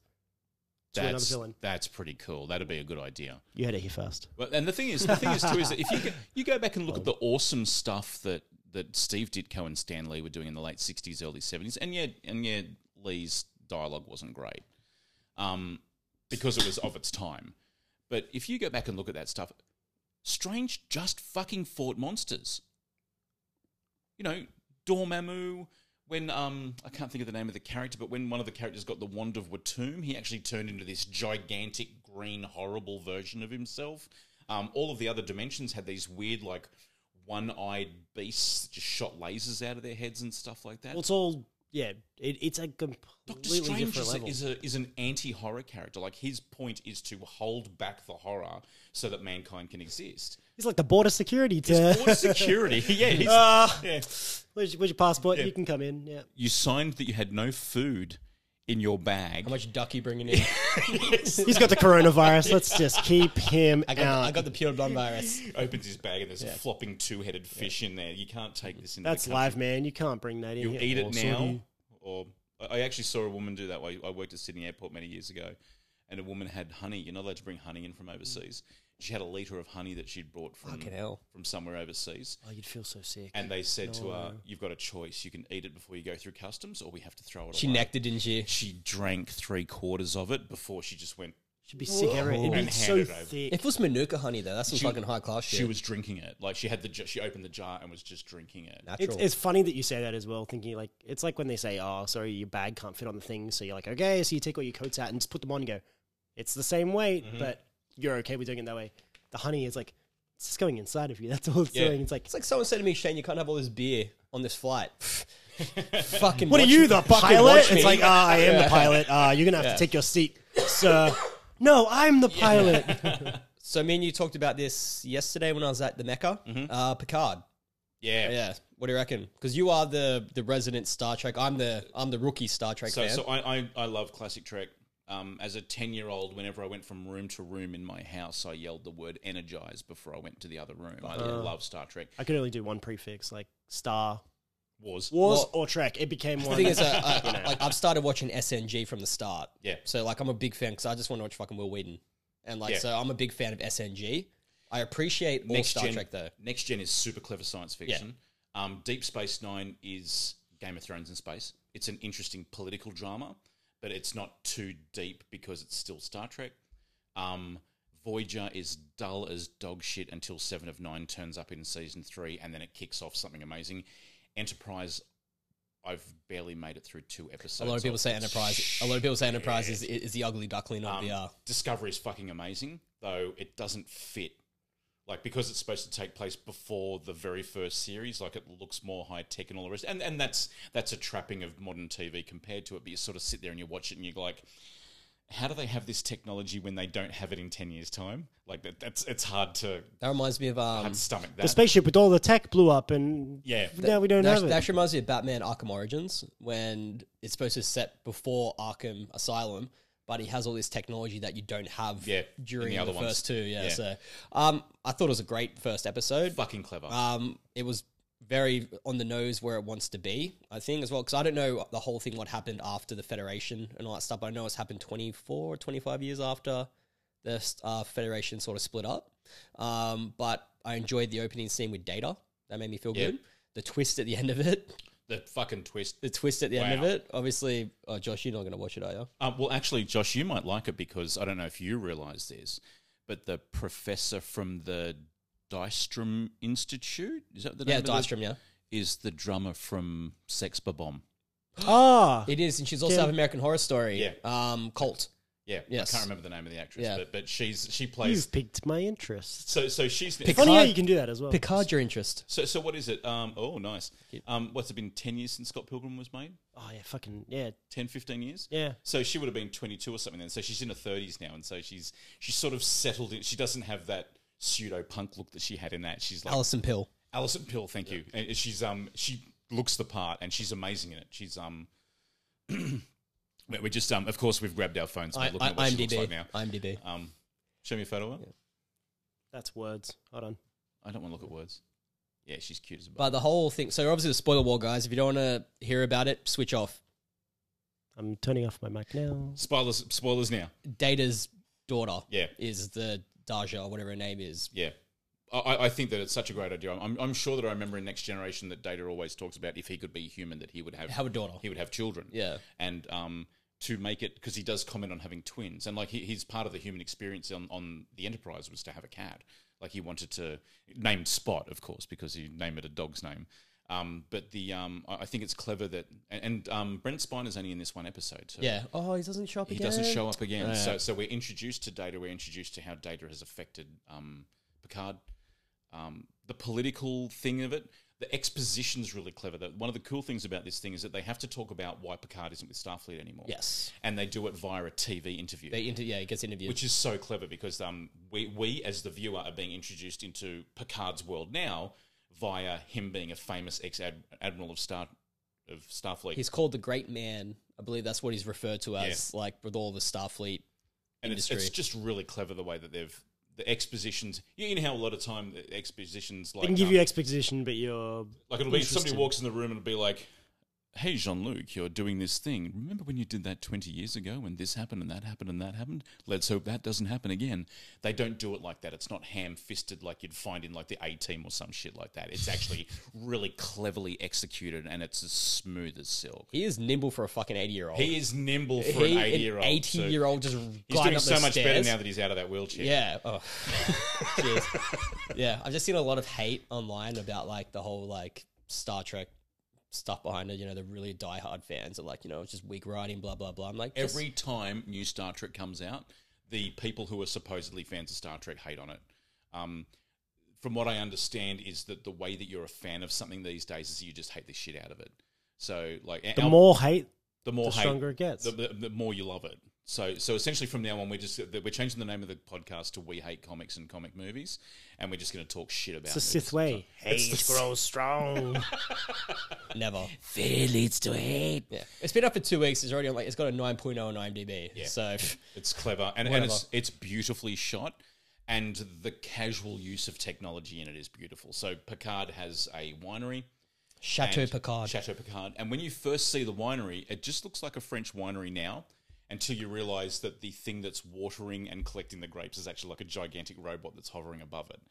S1: to another
S2: That's,
S1: villain.
S2: that's pretty cool. That'd be a good idea.
S1: You had it here first.
S2: Well, and the thing is, the thing is too is that if you go, you go back and look at the awesome stuff that that Steve Ditko and Stan Lee were doing in the late '60s, early '70s, and yeah, and yeah, Lee's dialogue wasn't great, um, because it was of its time. But if you go back and look at that stuff, Strange just fucking fought monsters. You know, Dormammu. When um, I can't think of the name of the character, but when one of the characters got the wand of Watum, he actually turned into this gigantic, green, horrible version of himself. Um, all of the other dimensions had these weird, like one-eyed beasts that just shot lasers out of their heads and stuff like that.
S1: Well, it's all yeah. It, it's a
S2: Doctor
S1: completely
S2: Strange
S1: different
S2: is, a,
S1: level.
S2: is, a, is an anti horror character. Like his point is to hold back the horror so that mankind can exist.
S1: He's like the border security to
S2: It's border security. yeah, he's,
S1: Ah.
S2: yeah.
S1: where's, your- where's your passport? You can come in. Yeah.
S2: You signed that you had no food in your bag.
S3: How much duck you bringing in?
S1: He's got the coronavirus. Let's just keep him
S3: I got,
S1: out.
S3: the, I got the pure blood virus.
S2: Opens his bag and there's a flopping two-headed fish in there. You can't take this in.
S1: That's live, man. You can't bring that in.
S2: You
S1: here.
S2: eat
S1: Oh,
S2: it now,
S1: sorry.
S2: or I I actually saw a woman do that. I I worked at Sydney Airport many years ago, and a woman had honey. You're not allowed to bring honey in from overseas.
S1: Mm.
S2: She had a liter of honey that she'd brought from
S3: Fucking hell.
S2: from somewhere overseas.
S1: Oh, you'd feel so sick.
S2: And they said to her, "You've got a choice. You can eat it before you go through customs, or we have to throw it
S3: She
S2: away."
S3: necked it, didn't she?
S2: She drank three quarters of it before she just went.
S1: Should be sick. Every, it'd
S2: And
S1: be so
S2: hand it over.
S1: thick.
S3: If it was Manuka honey though, that's some
S2: She-
S3: fucking high class shit.
S2: She was drinking it. Like she had the jar, she opened the jar and was just drinking it.
S1: It's,
S3: natural.
S1: it's funny that you say that as well. Thinking like it's like when they say, "Oh, sorry, your bag can't fit on the thing," so you're like, "Okay," so you take all your coats out and just put them on. and Go, it's the same weight,
S2: Mm-hmm.
S1: but you're okay with doing it that way. The honey is like it's just going inside of you. That's all it's
S2: Yeah.
S1: doing. It's like,
S3: It's like someone said to me, Shane, you can't have all this beer on this flight. fucking.
S1: what are
S3: watch-
S1: you, the
S3: fucking
S1: pilot?
S3: watch me.
S1: It's like, ah, I am the pilot. Ah, you're gonna have to take your seat, sir. No, I'm the pilot.
S3: so me and you talked about this yesterday when I was at the Mecca. Uh, Picard.
S2: Yeah.
S3: Yeah. What do you reckon? Because you are the the resident Star Trek. I'm the I'm the rookie Star Trek
S2: So
S3: fan.
S2: so I, I I love classic Trek. Um, as a ten year old, whenever I went from room to room in my house, I yelled the word "energize" before I went to the other room. I love Star Trek.
S1: I could only do one prefix, like Star
S2: Wars.
S1: Wars or Trek. It became
S3: the
S1: one.
S3: thing is, uh, I, I, like, I've started watching SNG from the start.
S2: Yeah.
S3: So like, I'm a big fan because I just want to watch fucking Will Wheaton, and like,
S2: Yeah.
S3: so I'm a big fan of SNG. I appreciate all Star
S2: gen,
S3: Trek though.
S2: Next gen is super clever science fiction. Um, Deep Space Nine is Game of Thrones in space. It's an interesting political drama, but it's not too deep because it's still Star Trek. Um, Voyager is dull as dog shit until Seven of Nine turns up in season three, and then it kicks off something amazing. Enterprise, I've barely made it through two episodes.
S3: A lot of people
S2: of.
S3: say Enterprise. A lot of people say Enterprise is, is the ugly duckling of
S2: Um,
S3: the. Uh,
S2: Discovery is fucking amazing, though it doesn't fit. Like because it's supposed to take place before the very first series, like it looks more high tech and all the rest, and and that's that's a trapping of modern TV compared to it. But you sort of sit there and you watch it and you're like, how do they have this technology when they don't have it in ten years' time? Like that, that's it's hard to
S3: that reminds me of um.
S2: hard to stomach
S1: the
S2: that.
S1: spaceship with all the tech blew up, and
S2: yeah,
S1: now we don't
S3: That,
S1: have it.
S3: that actually reminds me of Batman Arkham Origins when it's supposed to set before Arkham Asylum, but he has all this technology that you don't have
S2: Yeah, in
S3: during
S2: the
S3: the,
S2: other ones.
S3: first two. Yeah,
S2: Yeah.
S3: so um, I thought it was a great first episode.
S2: fucking clever.
S3: Um, it was very on the nose where it wants to be, I think, as well. Because I don't know the whole thing, what happened after the Federation and all that stuff. But I know it's happened 24, 25 years after the uh, Federation sort of split up. Um, but I enjoyed the opening scene with Data. That made me feel
S2: Yeah.
S3: good. The twist at the end of it.
S2: the fucking twist.
S3: The twist at the end of
S2: Wow.
S3: it. Obviously, oh, Josh, you're not going to watch it, are you?
S2: Uh, well, actually, Josh, you might like it because I don't know if you realise this, but the professor from the Dystrom Institute is that the
S3: Yeah,
S2: name of
S3: Dystrom, yeah.
S2: it? Is the drummer from Sex Bomb?
S1: ah,
S3: It is. And she's also
S1: Kim-
S3: have American Horror Story.
S2: Yeah.
S3: Um, Cult.
S2: Yeah,
S3: Yes.
S2: I can't remember the name of the actress,
S3: Yeah.
S2: but but she's she plays.
S1: you've piqued my interest.
S2: So so she's
S3: Picard.
S1: Funny how you can do that as well.
S3: Picard, your interest.
S2: so so what is it? Um, oh, nice. Um, what's it been? Ten years since Scott Pilgrim was made?
S1: Oh yeah, fucking yeah,
S2: 10, 15 years?
S1: yeah.
S2: So she would have been 22 or something then. So she's in her 30s now, and so she's she's sort of settled in. She doesn't have that pseudo punk look that she had in that. She's like
S3: Alison Pill.
S2: Alison Pill, thank you. And she's um she looks the part and she's amazing in it. She's um we- we're just um of course we've grabbed our phones and
S3: I,
S2: we're looking
S3: I,
S2: at what she
S3: IMDb.
S2: looks like now.
S3: IMDb.
S2: Um show me a photo of her.
S1: That's words. Hold on.
S2: I don't want to look at words. Yeah, she's cute as a bug.
S3: But the whole thing. So obviously the spoiler war, guys. If you don't want to hear about it, switch off.
S1: I'm turning off my mic now.
S2: Spoilers, spoilers now.
S3: Data's daughter
S2: Yeah.
S3: is the Daja or whatever her name is.
S2: Yeah. I- I, I think that it's such a great idea. I'm, I'm sure that I remember in Next Generation that Data always talks about if he could be human, that he would have
S3: Have a daughter.
S2: he would have children.
S3: Yeah.
S2: and um, to make it because he does comment on having twins, and like he, he's part of the human experience on, on the Enterprise was to have a cat. Like he wanted to named Spot, of course, because he named it a dog's name. Um, but the um, I I think it's clever that and, and um, Brent Spiner's only in this one episode. So
S3: Yeah. Oh, he doesn't show up
S2: he
S3: again.
S2: doesn't show up again. So, so we're introduced to data. We're introduced to how data has affected um, Picard. Um, the political thing of it, the exposition's really clever. The, one of the cool things about this thing is that they have to talk about why Picard isn't with Starfleet anymore.
S3: Yes.
S2: and they do it via a TV interview.
S3: They inter- yeah, he gets interviewed.
S2: which is so clever because um, we, we as the viewer are being introduced into Picard's world now via him being a famous ex admiral of Star of Starfleet.
S3: he's called the Great Man. I believe that's what he's referred to as, like with all the Starfleet.
S2: and it's, it's
S3: industry.
S2: just really clever the way that they've the expositions. You know how a lot of time the expositions like
S1: I can give
S2: um,
S1: you exposition, but you're
S2: like it'll be somebody
S1: interested.
S2: walks in the room and it'll be like, "Hey Jean Luc, you're doing this thing. Remember when you did that twenty years ago when this happened and that happened and that happened? Let's hope that doesn't happen again." They don't do it like that. It's not ham fisted like you'd find in like the A Team or some shit like that. It's actually really cleverly executed and it's as smooth as silk.
S3: He is nimble for a fucking eighty-year-old.
S2: He is nimble for
S3: He-
S2: an eighty year old.
S3: eighty-year-old just
S2: He's doing so much better now
S3: Than
S2: that he's out of that wheelchair.
S3: yeah. Oh. Jeez. Yeah. I've just seen a lot of hate online about like the whole like Star Trek stuff behind it. You know, the really diehard fans are like, you know, it's just weak writing, blah blah blah. I'm like, just-
S2: Every time new Star Trek comes out, the people who are supposedly fans of Star Trek hate on it. Um, from what I understand, is that the way that you're a fan of something these days is you just hate the shit out of it. So, like,
S1: the more hate,
S2: the more
S1: the
S2: hate-
S1: stronger it gets.
S2: the, the, the more you love it. So, so essentially, from now on, we're just that we're changing the name of the podcast to "We Hate Comics and Comic Movies," and we're just going to talk shit about
S1: It's the Sith way. Hate grows strong.
S3: never.
S2: Fear leads to hate.
S3: Yeah. It's been up for two weeks. It's already on, like it's got a 9.0 on IMDb.
S2: Yeah.
S3: So
S2: It's clever and, and
S3: Whatever.
S2: it's it's beautifully shot, and the casual use of technology in it is beautiful. So Picard has a winery,
S3: Chateau
S2: and-
S3: Picard.
S2: Chateau Picard, and when you first see the winery, it just looks like a French winery now. Until you realise that the thing that's watering and collecting the grapes is actually like a gigantic robot that's hovering above it.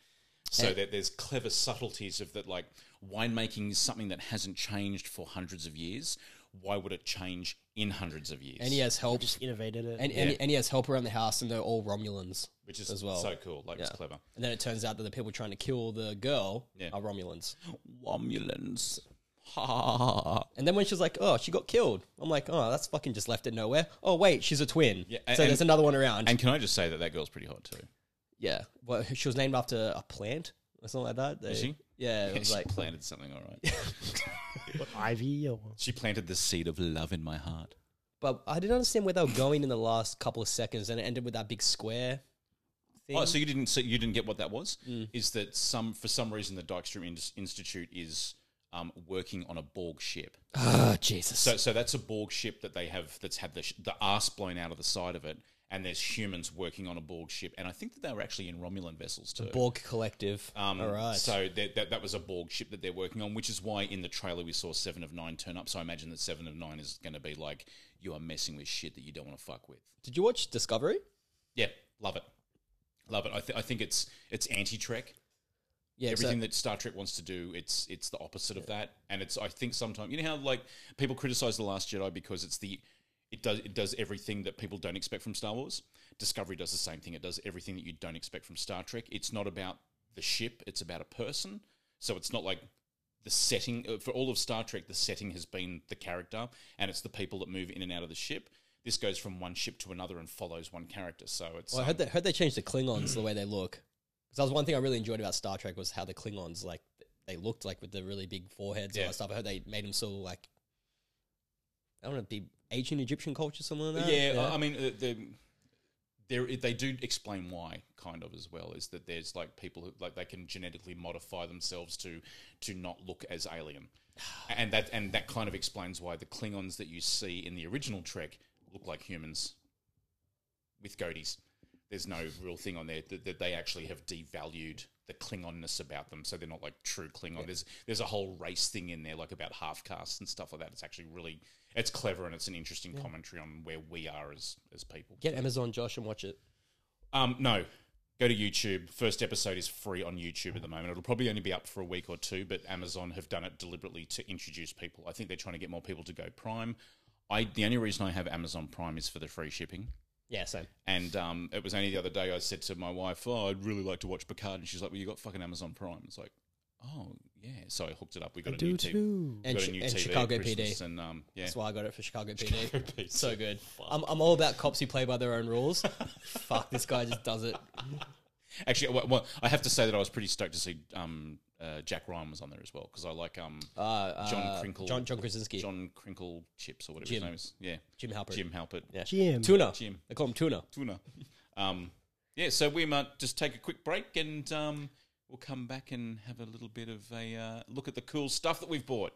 S2: So that there's clever subtleties of that, like winemaking is something that hasn't changed for hundreds of years. Why would it change in hundreds of years?
S3: and he has help.
S1: Innovated it.
S3: And, and, and he has help around the house, and they're all Romulans.
S2: which is
S3: as well.
S2: so cool. Like it's clever.
S3: And then it turns out that the people trying to kill the girl
S2: Yeah.
S3: are Romulans.
S2: Womulans. Ha, ha, ha, ha.
S3: And then when she's like, "Oh, she got killed," I'm like, "Oh, that's fucking just left it nowhere." Oh wait, she's a twin.
S2: Yeah,
S3: so
S2: and-
S3: there's another one around.
S2: And can I just say that that girl's pretty hot too?
S3: yeah, well, she was named after a plant or something like that. They-
S2: she?
S3: Yeah, it was
S2: she
S3: like
S2: planted something, all right.
S1: Ivy or
S2: she planted the seed of love in my heart.
S3: But I didn't understand where they were going in the last couple of seconds, and it ended with that big square. Thing.
S2: Oh, so you didn't so you didn't get what that was?
S3: Mm.
S2: Is that some for some reason the Dykstra Ins- Institute is um, working on a Borg ship.
S3: Ah, Jesus.
S2: So so that's a Borg ship that they have that's had the sh- the ass blown out of the side of it, and there's humans working on a Borg ship, and I think that they were actually in Romulan vessels too.
S3: Borg Collective.
S2: Um,
S3: All right.
S2: So that, that that was a Borg ship that they're working on, which is why in the trailer we saw Seven of Nine turn up. So I imagine that Seven of Nine is going to be like, you are messing with shit that you don't want to fuck with.
S3: Did you watch Discovery?
S2: Yeah, love it, love it. I, th- I think it's it's anti Trek.
S3: Yeah.
S2: Everything
S3: so,
S2: that Star Trek wants to do, it's it's the opposite of that. And it's I think sometimes you know how like people criticize the Last Jedi because it's the it does it does everything that people don't expect from Star Wars. Discovery does the same thing. It does everything that you don't expect from Star Trek. It's not about the ship. It's about a person. So it's not like the setting uh, for all of Star Trek. The setting has been the character, and it's the people that move in and out of the ship. This goes from one ship to another and follows one character. So it's
S3: well, I
S2: um,
S3: heard they, heard they changed the Klingons the way they look. Because that was one thing I really enjoyed about Star Trek was how the Klingons like they looked like with the really big foreheads and
S2: Yeah.
S3: all that stuff. I heard they made them so like I don't know, be ancient Egyptian culture, something like that.
S2: yeah, I I mean, uh, the, there they do explain why, kind of as well, is that there's like people who like they can genetically modify themselves to to not look as alien, and that and that kind of explains why the Klingons that you see in the original Trek look like humans with goatees. there's no real thing on there that, that they actually have devalued the Klingonness about them, so they're not like true Klingon. There's there's a whole race thing in there, like about half castes and stuff like that. It's actually really it's clever and it's an interesting commentary on where we are as as people.
S3: Get Amazon Josh and watch it.
S2: Um, no. Go to YouTube. First episode is free on YouTube at the moment. It'll probably only be up for a week or two, but Amazon have done it deliberately to introduce people. I think they're trying to get more people to go Prime. I the only reason I have Amazon Prime is for the free shipping.
S3: Yeah, same.
S2: And um, it was only the other day I said to my wife, "Oh, I'd really like to watch Picard," and she's like, "Well, you got fucking Amazon Prime." It's like, "Oh yeah." So I hooked it up. We got a new TV.
S3: And,
S2: got
S3: Chi-
S2: a new
S3: and
S2: TV at
S3: Chicago
S2: Christmas
S3: PD.
S2: and um, yeah,
S3: That's why I got it for Chicago PD. so good. I'm, I'm all about cops who play by their own rules. Fuck, this guy just does it.
S2: Actually, well, well, I have to say that I was pretty stoked to see um, uh, Jack Ryan was on there as well because I like um, John Crinkle,
S3: Uh, John John Krasinski,
S2: John Crinkle Chips or whatever his
S3: Jim.
S2: name is. Yeah,
S3: Jim Halpert,
S2: Jim Halpert.
S3: yeah.
S1: Jim.
S3: Tuna.
S2: Jim.
S3: They call him Tuna.
S2: Tuna. Um, yeah, so we might just take a quick break and um, we'll come back and have a little bit of a uh, look at the cool stuff that we've bought.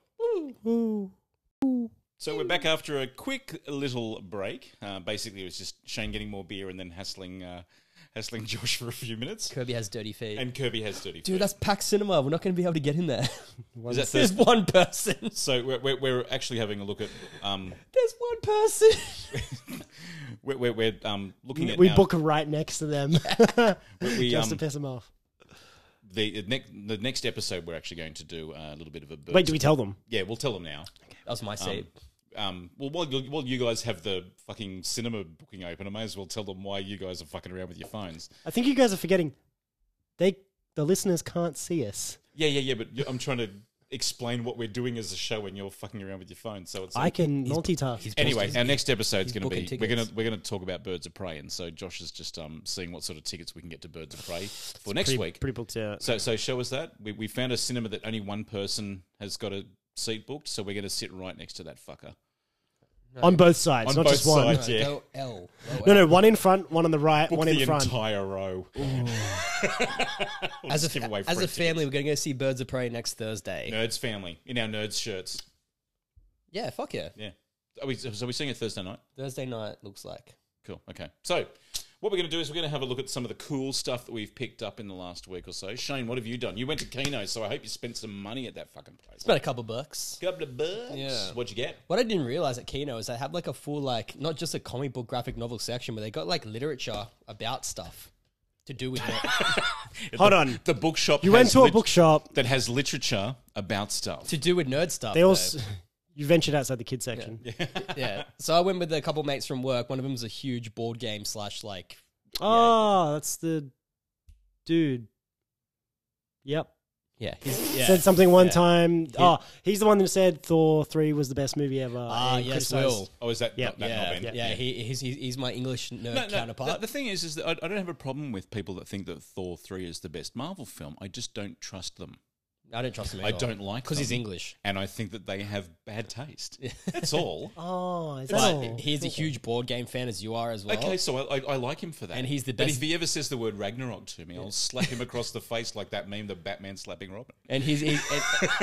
S2: So we're back after a quick little break. Uh, basically, it was just Shane getting more beer and then hassling, uh, hassling Josh for a few minutes.
S3: Kirby has dirty feet.
S2: And Kirby has dirty feet.
S3: Dude, that's packed cinema. We're not going to be able to get in there.
S2: Is that
S3: There's
S2: thirst-
S3: one person.
S2: so we're, we're, we're actually having a look at um,
S3: There's one person.
S2: we're, we're, we're um, looking at
S1: We
S2: now-
S1: book right next to them
S2: we,
S1: just
S2: um,
S1: to piss them off.
S2: the, the next the next episode we're actually going to do uh, a little bit of a bird.
S1: Wait, do we tell them?
S2: yeah we'll tell them now
S3: That was my seat.
S2: um, well, while, you- while you guys have the fucking cinema booking open, I may as well tell them why you guys are fucking around with your phones.
S1: I think you guys are forgetting. They, the listeners, can't see us.
S2: Yeah, yeah, yeah, but you- I'm trying to explain what we're doing as a show, and you're fucking around with your phone. So it's
S1: I
S2: like,
S1: can multitask.
S2: anyway. Our next episode's going to be
S3: booking
S2: we're going
S3: tickets.
S2: to we're going to talk about Birds of Prey, and so Josh is just um seeing what sort of tickets we can get to Birds of Prey for next
S1: pretty,
S2: week.
S1: pretty booked out.
S2: So so show us that we we found a cinema that only one person has got a seat booked, so we're going to sit right next to that fucker.
S1: on both sides,
S2: On
S1: not
S2: both
S1: just one.
S2: sides, yeah.
S3: Go L. Go
S1: No,
S3: L.
S1: no, one in front, one on the right,
S2: Book
S1: one
S2: the
S1: in front.
S2: entire row.
S3: as a,
S2: give away
S3: as
S2: free
S3: a family, we're going to go see Birds of Prey next Thursday.
S2: Nerds family in our nerds shirts.
S3: Yeah, fuck yeah.
S2: Yeah. Are we, so we're seeing it Thursday night?
S3: Thursday night looks like.
S2: Cool. Okay. So what we're going to do is we're going to have a look at some of the cool stuff that we've picked up in the last week or so. Shane, what have you done? You went to Kino, so I hope you spent some money at that fucking place.
S3: About a couple bucks.
S2: Couple of bucks.
S3: Yeah.
S2: What'd you get?
S3: What I didn't realize at Kino is they have like a full like not just a comic book graphic novel section, but they got like literature about stuff to do with it,
S1: Hold on.
S2: The bookshop.
S1: You
S2: has
S1: went to a
S2: lit-
S1: bookshop.
S2: that has literature about stuff.
S3: to do with nerd stuff.
S1: They
S3: though.
S1: also, you ventured outside the kids section.
S3: yeah. So I went with a couple mates from work. One of them was a huge board game slash like
S1: Oh, that's the dude. Yep.
S3: yeah he's, yeah
S1: Said something one
S3: yeah.
S1: time. Oh, he's the one that said Thor 3 was the best movie ever.
S3: Ah
S1: and
S3: yes
S1: criticized-
S3: Will
S2: Oh, is that
S1: Yeah.
S2: not, that
S3: yeah
S2: not Ben?
S3: yeah, He, he's he's he's my English nerd
S2: No, no,
S3: counterpart.
S2: The, the thing is, is that I, I don't have a problem with people that think that Thor three is the best Marvel film. I just don't trust them.
S3: I don't trust him.
S2: I don't like
S3: because he's
S2: them.
S3: English.
S2: and I think that they have bad taste. That's all.
S1: Oh, is that
S3: But
S1: all?
S3: he's a huge board game fan as you are as well.
S2: Okay, so I, I, I like him for that.
S3: And he's the
S2: But
S3: best-
S2: if he ever says the word Ragnarok to me, I'll slap him across the face like that meme, the Batman slapping Robin.
S3: And he's he, and,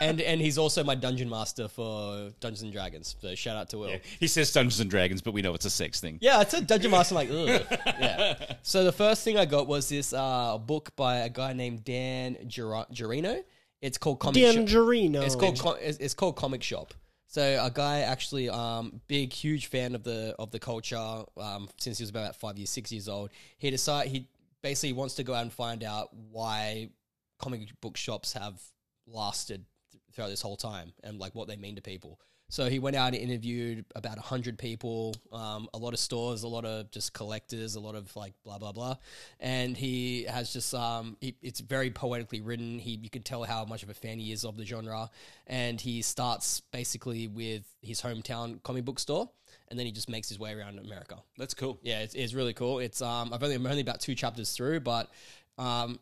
S3: and and he's also my dungeon master for Dungeons and Dragons. So shout out to Will. Yeah,
S2: He says Dungeons and Dragons, but we know it's a sex thing.
S3: I said dungeon master. I'm like, ugh. yeah. So the first thing I got was this uh, book by a guy named Dan Giro- Girino. It's called Comic Shop.
S1: D'Angelino.
S3: It's called co- it's it's called Comic Shop. So a guy actually, um, big huge fan of the of the culture um, since he was about five years, six years old. He decide he basically wants to go out and find out why comic book shops have lasted th- throughout this whole time and like what they mean to people. So he went out and interviewed about hundred people, um, a lot of stores, a lot of just collectors, a lot of like blah blah blah, and he has just um, he, it's very poetically written. He you can tell how much of a fan he is of the genre, and he starts basically with his hometown comic book store, and then he just makes his way around America.
S2: That's cool.
S3: Yeah, it's, it's really cool. It's um, I've only I'm only about two chapters through, but um,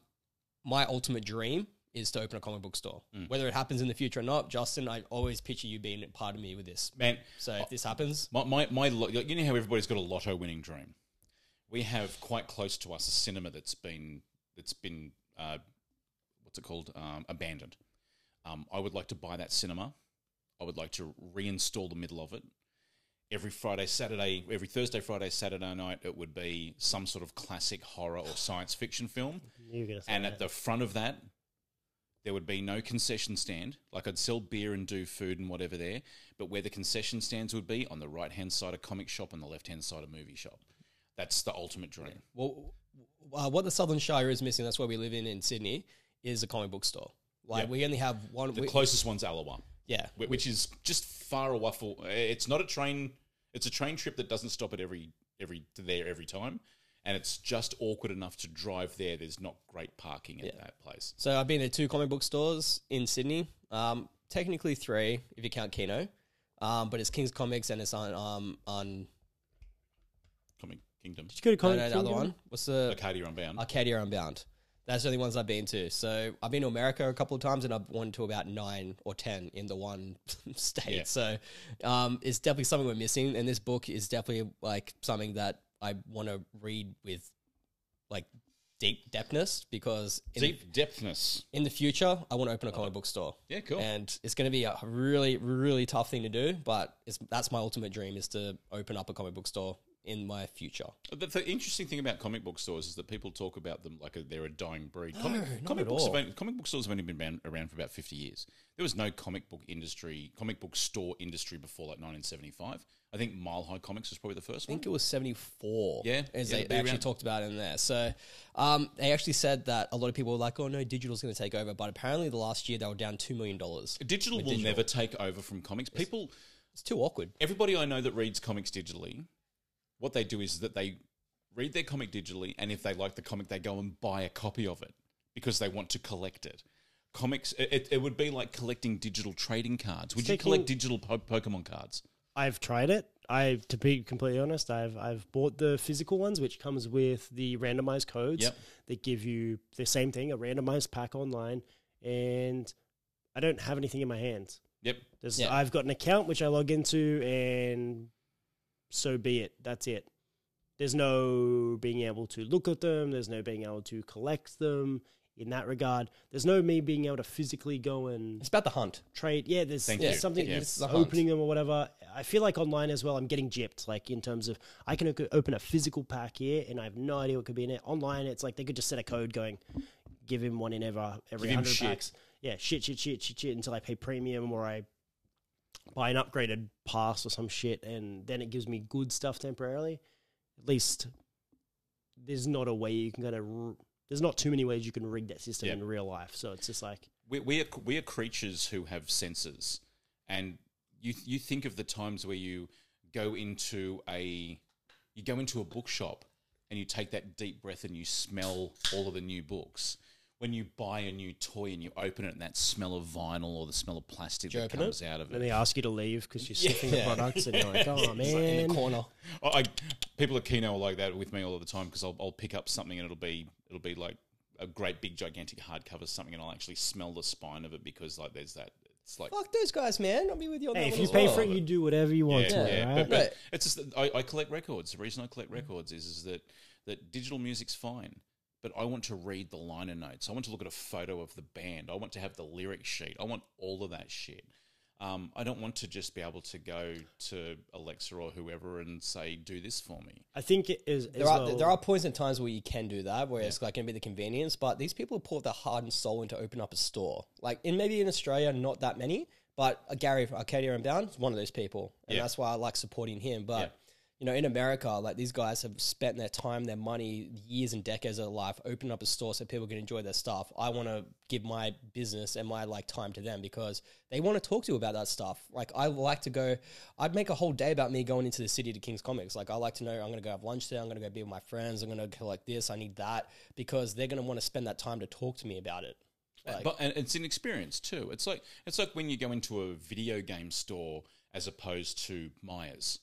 S3: my ultimate dream is to open a comic book store.
S2: Mm.
S3: Whether it happens in the future or not, Justin, I always picture you being part of me with this.
S2: Man,
S3: So if this happens,
S2: my, my, my lo- you know how everybody's got a lotto winning dream? We have quite close to us a cinema that's been, that's been uh, what's it called? Um, abandoned. Um, I would like to buy that cinema. I would like to reinstall the middle of it every Friday, Saturday, every Thursday, Friday, Saturday night, it would be some sort of classic horror or science fiction film.
S1: You're gonna say
S2: And
S1: that.
S2: at the front of that, there would be no concession stand. Like I'd sell beer and do food and whatever there, but where the concession stands would be on the right hand side of comic shop and the left hand side of movie shop. That's the ultimate dream.
S3: Well, uh, what the Southern Shire is missing, that's where we live in in Sydney, is a comic book store. Like
S2: Yeah.
S3: we only have one.
S2: The
S3: we-
S2: closest one's Alawa,
S3: yeah,
S2: wh- which is just far a waffle. It's not a train. It's a train trip that doesn't stop at every every there every time, and it's just awkward enough to drive there. There's not great parking at that place.
S3: So I've been to two comic book stores in Sydney. Um, technically three if you count Kino, um, but it's King's Comics and it's on um on
S2: Comic Kingdom,
S1: Did you go to
S3: no,
S1: Comic
S3: no, the other
S1: Kingdom?
S3: one. What's the
S2: Arcadia Unbound.
S3: Arcadia Unbound? That's the only ones I've been to. So I've been to America a couple of times, and I've gone to about nine or ten in the one state.
S2: Yeah.
S3: So um, it's definitely something we're missing, and this book is definitely like something that I want to read with like deep depthness because in,
S2: Deep depthness.
S3: in the future I want to open a comic book store.
S2: Yeah, cool.
S3: and it's going to be a really really tough thing to do but it's that's my ultimate dream is to open up a comic book store in my future
S2: The, the interesting thing about comic book stores is that people talk about them like a, they're a dying breed. comic,
S3: not
S2: comic
S3: at
S2: books
S3: all.
S2: Have only, comic book stores have only been around, around for about fifty years. There was no comic book industry, comic book store industry before like nineteen seventy five. I think Mile High Comics was probably the first
S3: I
S2: one.
S3: think it was 74.
S2: Yeah,
S3: As
S2: yeah,
S3: they,
S2: it'd
S3: they
S2: be
S3: actually
S2: around.
S3: talked about it in there. So um, they actually said that a lot of people were like, oh no, digital's going to take over. But apparently the last year they were down $2 million. It's
S2: Digital will never take over from comics. People,
S3: too awkward.
S2: everybody I know that reads comics digitally, what they do is that they read their comic digitally, and if they like the comic, they go and buy a copy of it because they want to collect it. Comics, it- it, it would be like collecting digital trading cards. Would you
S1: Taking-
S2: collect digital po- Pokemon cards?
S1: I've tried it. I, to be completely honest, I've I've bought the physical ones, which comes with the randomized codes
S2: Yep.
S1: that give you the same thing, a randomized pack online, and I don't have anything in my hands.
S2: Yep.
S1: There's,
S3: Yeah.
S1: I've got an account which I log into, and so be it. That's it. There's no being able to look at them. There's no being able to collect them in that regard. There's no me being able to physically go and
S3: It's about the hunt.
S1: trade. Yeah, there's,
S2: Thank
S1: there's
S2: you.
S1: something
S2: Yeah.
S1: that's
S3: It's a hunt.
S1: opening them or whatever. I feel like online as well, I'm getting gypped. Like in terms of, I can o- open a physical pack here, and I have no idea what could be in it. Online, it's like they could just set a code going, give him one in every every
S2: Give him
S1: hundred
S2: shit.
S1: packs. Yeah, shit, shit, shit, shit, shit, until I pay premium or I buy an upgraded pass or some shit, and then it gives me good stuff temporarily. At least there's not a way you can kind of. R- there's not too many ways you can rig that system
S2: Yeah.
S1: in real life, so it's just like
S2: we, we are we are creatures who have senses, and you you think of the times where you go into a you go into a bookshop and you take that deep breath and you smell all of the new books. When you buy a new toy and you open it, and that smell of vinyl or the smell of plastic that
S3: open it?
S2: comes out of
S1: Then
S2: it,
S1: they ask you to leave because you're sniffing the
S3: Yeah.
S1: products, and you're like, "Oh man!"
S3: In the corner.
S2: I, I, people at Kino are like that with me all of the time because I'll, I'll pick up something and it'll be it'll be like a great big gigantic hardcover something, and I'll actually smell the spine of it because like there's that it's like
S3: Fuck those guys, man. I'll be with you on
S1: hey,
S3: that
S1: if
S3: one
S1: you
S3: as
S1: pay
S3: well.
S1: for it, you do whatever you want
S2: yeah,
S1: to.
S2: yeah.
S1: right?
S2: But, but
S3: Right.
S2: it's just that I, I collect records. The reason I collect records is is that that digital music's fine, but I want to read the liner notes. I want to look at a photo of the band. I want to have the lyric sheet. I want all of that shit. Um, I don't want to just be able to go to Alexa or whoever and say, "Do this for me."
S1: I think it is.
S3: There
S1: as
S3: are,
S1: well-
S3: there are points and times where you can do that, where it's like going to be the convenience. But these people pour their heart and soul into open up a store. Like in maybe in Australia, not that many, but uh, Gary from Arcadia and Bound is one of those people, and
S2: Yeah.
S3: that's why I like supporting him. But
S2: Yeah.
S3: you know, in America, like these guys have spent their time, their money, years and decades of their life opening up a store so people can enjoy their stuff. I want to give my business and my like time to them because they want to talk to you about that stuff. Like I like to go, I'd make a whole day about me going into the city to King's Comics. Like I like to know I'm going to go have lunch there, I'm going to go be with my friends, I'm going to collect this, I need that because they're going to want to spend that time to talk to me about it. Like-
S2: but and it's an experience too. It's like it's like when you go into a video game store as opposed to Myers.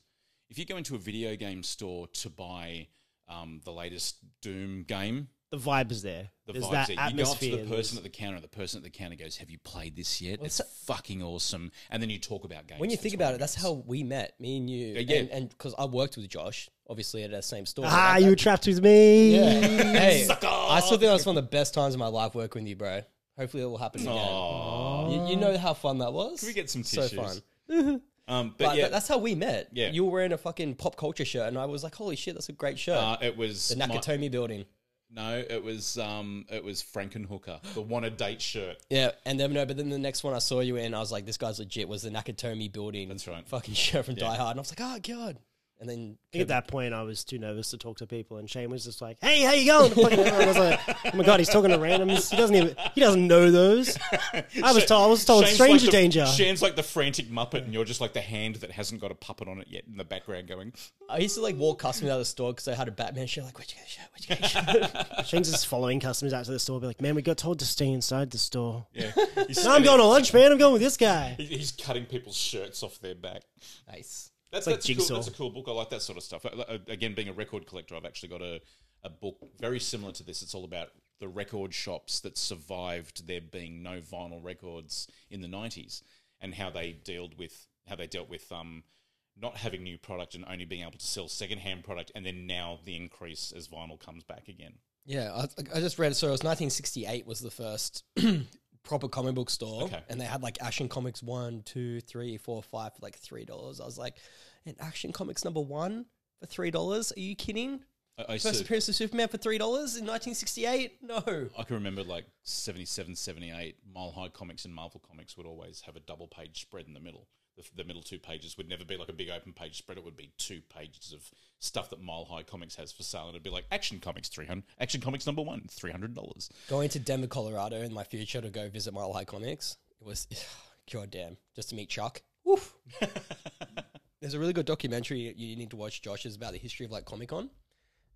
S2: If you go into a video game store to buy um, the latest Doom game,
S1: the vibe is there.
S2: the
S1: There's
S2: vibes
S1: that
S2: there. You go up
S1: atmosphere.
S2: to the person
S1: there's-
S2: at the counter, and the person at the counter goes, "Have you played this yet? it's
S3: it's-
S2: fucking awesome." And then you talk about games.
S3: When you
S2: for
S3: think about
S2: 20
S3: it, that's
S2: minutes.
S3: how we met, me and you.
S2: Yeah.
S3: And because I worked with Josh, obviously at that same store.
S1: ah,
S3: Like,
S1: you were trapped with me.
S3: hey,
S2: Sucker!
S3: I still think that was one of the best times of my life working with you, bro. Hopefully, it will happen again.
S2: Aw.
S3: You, you know how fun that was. Can
S2: Oh. we get some
S3: Oh. So
S2: tissues?
S3: fun.
S2: Um, but,
S3: But,
S2: yeah,
S3: tha- Uh, that's how we met.
S2: Yeah.
S3: You were wearing a fucking pop culture shirt, and I was like, holy shit, that's a great shirt.
S2: uh, it was
S3: the
S2: my-
S3: Nakatomi building.
S2: no, it was um, it was Frankenhooker, the want a date shirt.
S3: Yeah, and then no, but then the next one I saw you in, I was like, this guy's legit. Was the Nakatomi building?
S2: That's right.
S3: Fucking shirt from Die Hard, and I was like, oh god. And then
S1: I think at that point, I was too nervous to talk to people, and Shane was just like, "Hey, how you going?" Fucking- I was like, "Oh my god, he's talking to randoms. He doesn't even he doesn't know those." I was told I was told
S2: Shane's
S1: stranger
S2: like the,
S1: danger.
S2: Shane's like the frantic Muppet, and you're just like the hand that hasn't got a puppet on it yet in the background going.
S3: I used to like walk customers out of the store because they had a Batman shirt. Like, where'd you get a shirt? Where'd you get a shirt?
S1: Shane's just following customers out to the store, be like, "Man, we got told to stay inside the store."
S2: Yeah, he's,
S1: No, I'm
S2: standing-
S1: going to lunch, man. I'm going with this guy.
S2: he- he's cutting people's shirts off their back.
S3: nice.
S2: That's,
S1: like
S2: that's, a cool,
S1: Jigsaw.
S2: that's a cool book. I like that sort of stuff. Uh, uh, Again, being a record collector, I've actually got a, a book very similar to this. It's all about the record shops that survived there being no vinyl records in the '90s and how they dealt with how they dealt with um, not having new product and only being able to sell secondhand product, and then now the increase as vinyl comes back again.
S3: Yeah, I, I just read. So it was 1968 was the first proper comic book store,
S2: Okay.
S3: and they had like Action Comics one, two, three, four, five for like three dollars. I was like, and Action Comics number one for three dollars? Are you kidding?
S2: I, I,
S3: First
S2: said-
S3: appearance of Superman for three dollars in 1968? No.
S2: I can remember like 77, 78, Mile High Comics and Marvel Comics would always have a double page spread in the middle. The, the middle two pages would never be like a big open page spread. It would be two pages of stuff that Mile High Comics has for sale. And it'd be like Action Comics 300, Action Comics number one, $300.
S3: Going to Denver, Colorado in my future to go visit Mile High Comics. It was god damn just to meet Chuck. Woof. There's a really good documentary you need to watch. Josh is about the history of like Comic Con,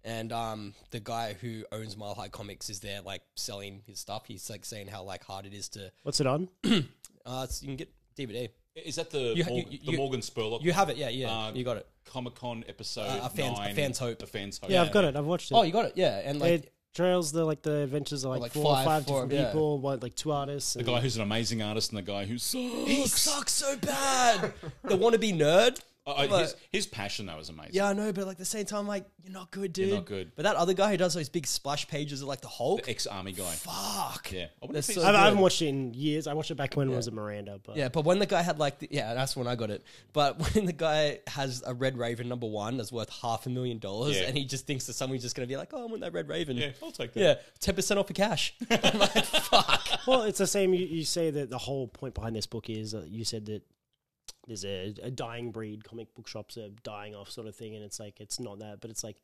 S3: and um, the guy who owns Mile High Comics is there like selling his stuff. He's like saying how like hard it is to.
S1: What's it on?
S3: Uh, it's, you can get DVD.
S2: Is that the,
S3: You-
S2: Morgan,
S3: you-
S2: the
S3: you-
S2: Morgan Spurlock
S3: You have it, yeah, yeah.
S2: Uh,
S3: you got it.
S2: Comic Con episode?
S3: Uh, A Fan's- A
S2: nine,
S3: Fan's Hope.
S2: A Fan's Hope.
S1: Yeah, I've got it. I've watched it.
S3: Oh, you got it, yeah. And like,
S1: it trails the like the adventures of like,
S3: like
S1: four or
S3: five-
S1: five,
S3: four-
S1: different
S3: yeah.
S1: people, one, like two artists.
S2: The
S1: and-
S2: guy who's an amazing artist and the guy who sucks.
S3: he sucks so bad. the wannabe nerd.
S2: Uh, uh,
S3: Like-
S2: his, his passion, though, is amazing.
S3: Yeah, I know, but like at the same time, like you're not good, dude.
S2: not good.
S3: But that other guy who does those big splash pages of like the Hulk,
S2: Ex army guy.
S3: fuck.
S2: Yeah. I wonder
S3: That's
S2: if
S3: so
S2: he's-
S1: I've, I haven't
S3: good.
S1: watched it in years. I watched it back when it was at Miranda, but
S3: Yeah, but when the guy had like, the, yeah, that's when I got it. But when the guy has a Red Raven number one that's worth half a million dollars,
S2: Yeah.
S3: and he just thinks that someone's just gonna be like, oh, I want that Red Raven.
S2: yeah, I'll take that.
S3: Yeah, ten percent off for cash. I'm like, fuck.
S1: well, it's the same. You, you say that the whole point behind this book is uh, you said that there's a, a dying breed. Comic book shops are dying off, sort of thing, and it's like it's not that, but it's like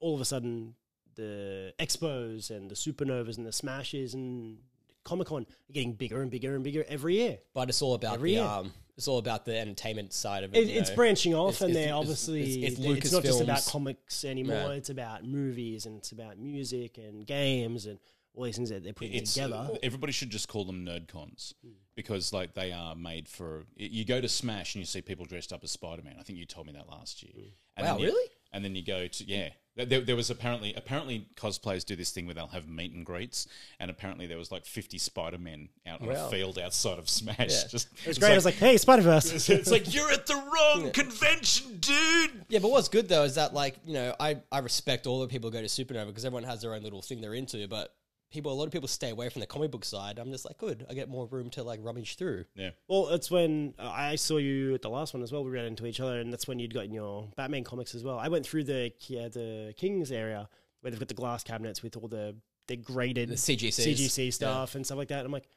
S1: all of a sudden the expos and the supernovas and the smashes and Comic Con are getting bigger and bigger and bigger every year.
S3: But it's all about
S1: Every
S3: the
S1: year.
S3: um, it's all about the entertainment side of it.
S1: It,
S3: you
S1: it's
S3: know?
S1: branching off,
S3: It's-
S1: and
S3: it's-
S1: they're
S3: it's-
S1: obviously
S3: it's-
S1: it's,
S3: it's
S1: not just
S3: Lucasfilms.
S1: about comics anymore.
S3: Yeah.
S1: It's about movies and it's about music and games and all these things that they're putting
S2: it's
S1: together.
S3: uh,
S2: everybody should just call them nerd cons because like they are made for y- you go to smash and you see people dressed up as spider-man i think you told me that last year and
S3: Wow,
S2: then you-
S3: really?
S2: and then you go to yeah Th- there, there was apparently apparently cosplayers do this thing where they'll have meet and greets and apparently there was like 50 spider-men out on
S3: Wow.
S2: a field outside of smash just
S1: It's great. I was like, hey, Spider Verse.
S2: it's like you're at the wrong convention dude
S3: Yeah, but what's good though is that like you know I I respect all the people who go to Supernova because everyone has their own little thing they're into, but people a lot of people stay away from the comic book side. I'm just like, good, I get more room to like rummage through.
S2: yeah
S1: Well, it's when uh, I saw you at the last one as well. We ran into each other, and that's when you'd gotten your Batman comics as well. I went through the yeah, the Kings area where they've got the glass cabinets with all the the graded
S3: The CGCs.
S1: CGC stuff and stuff like that. And I'm like,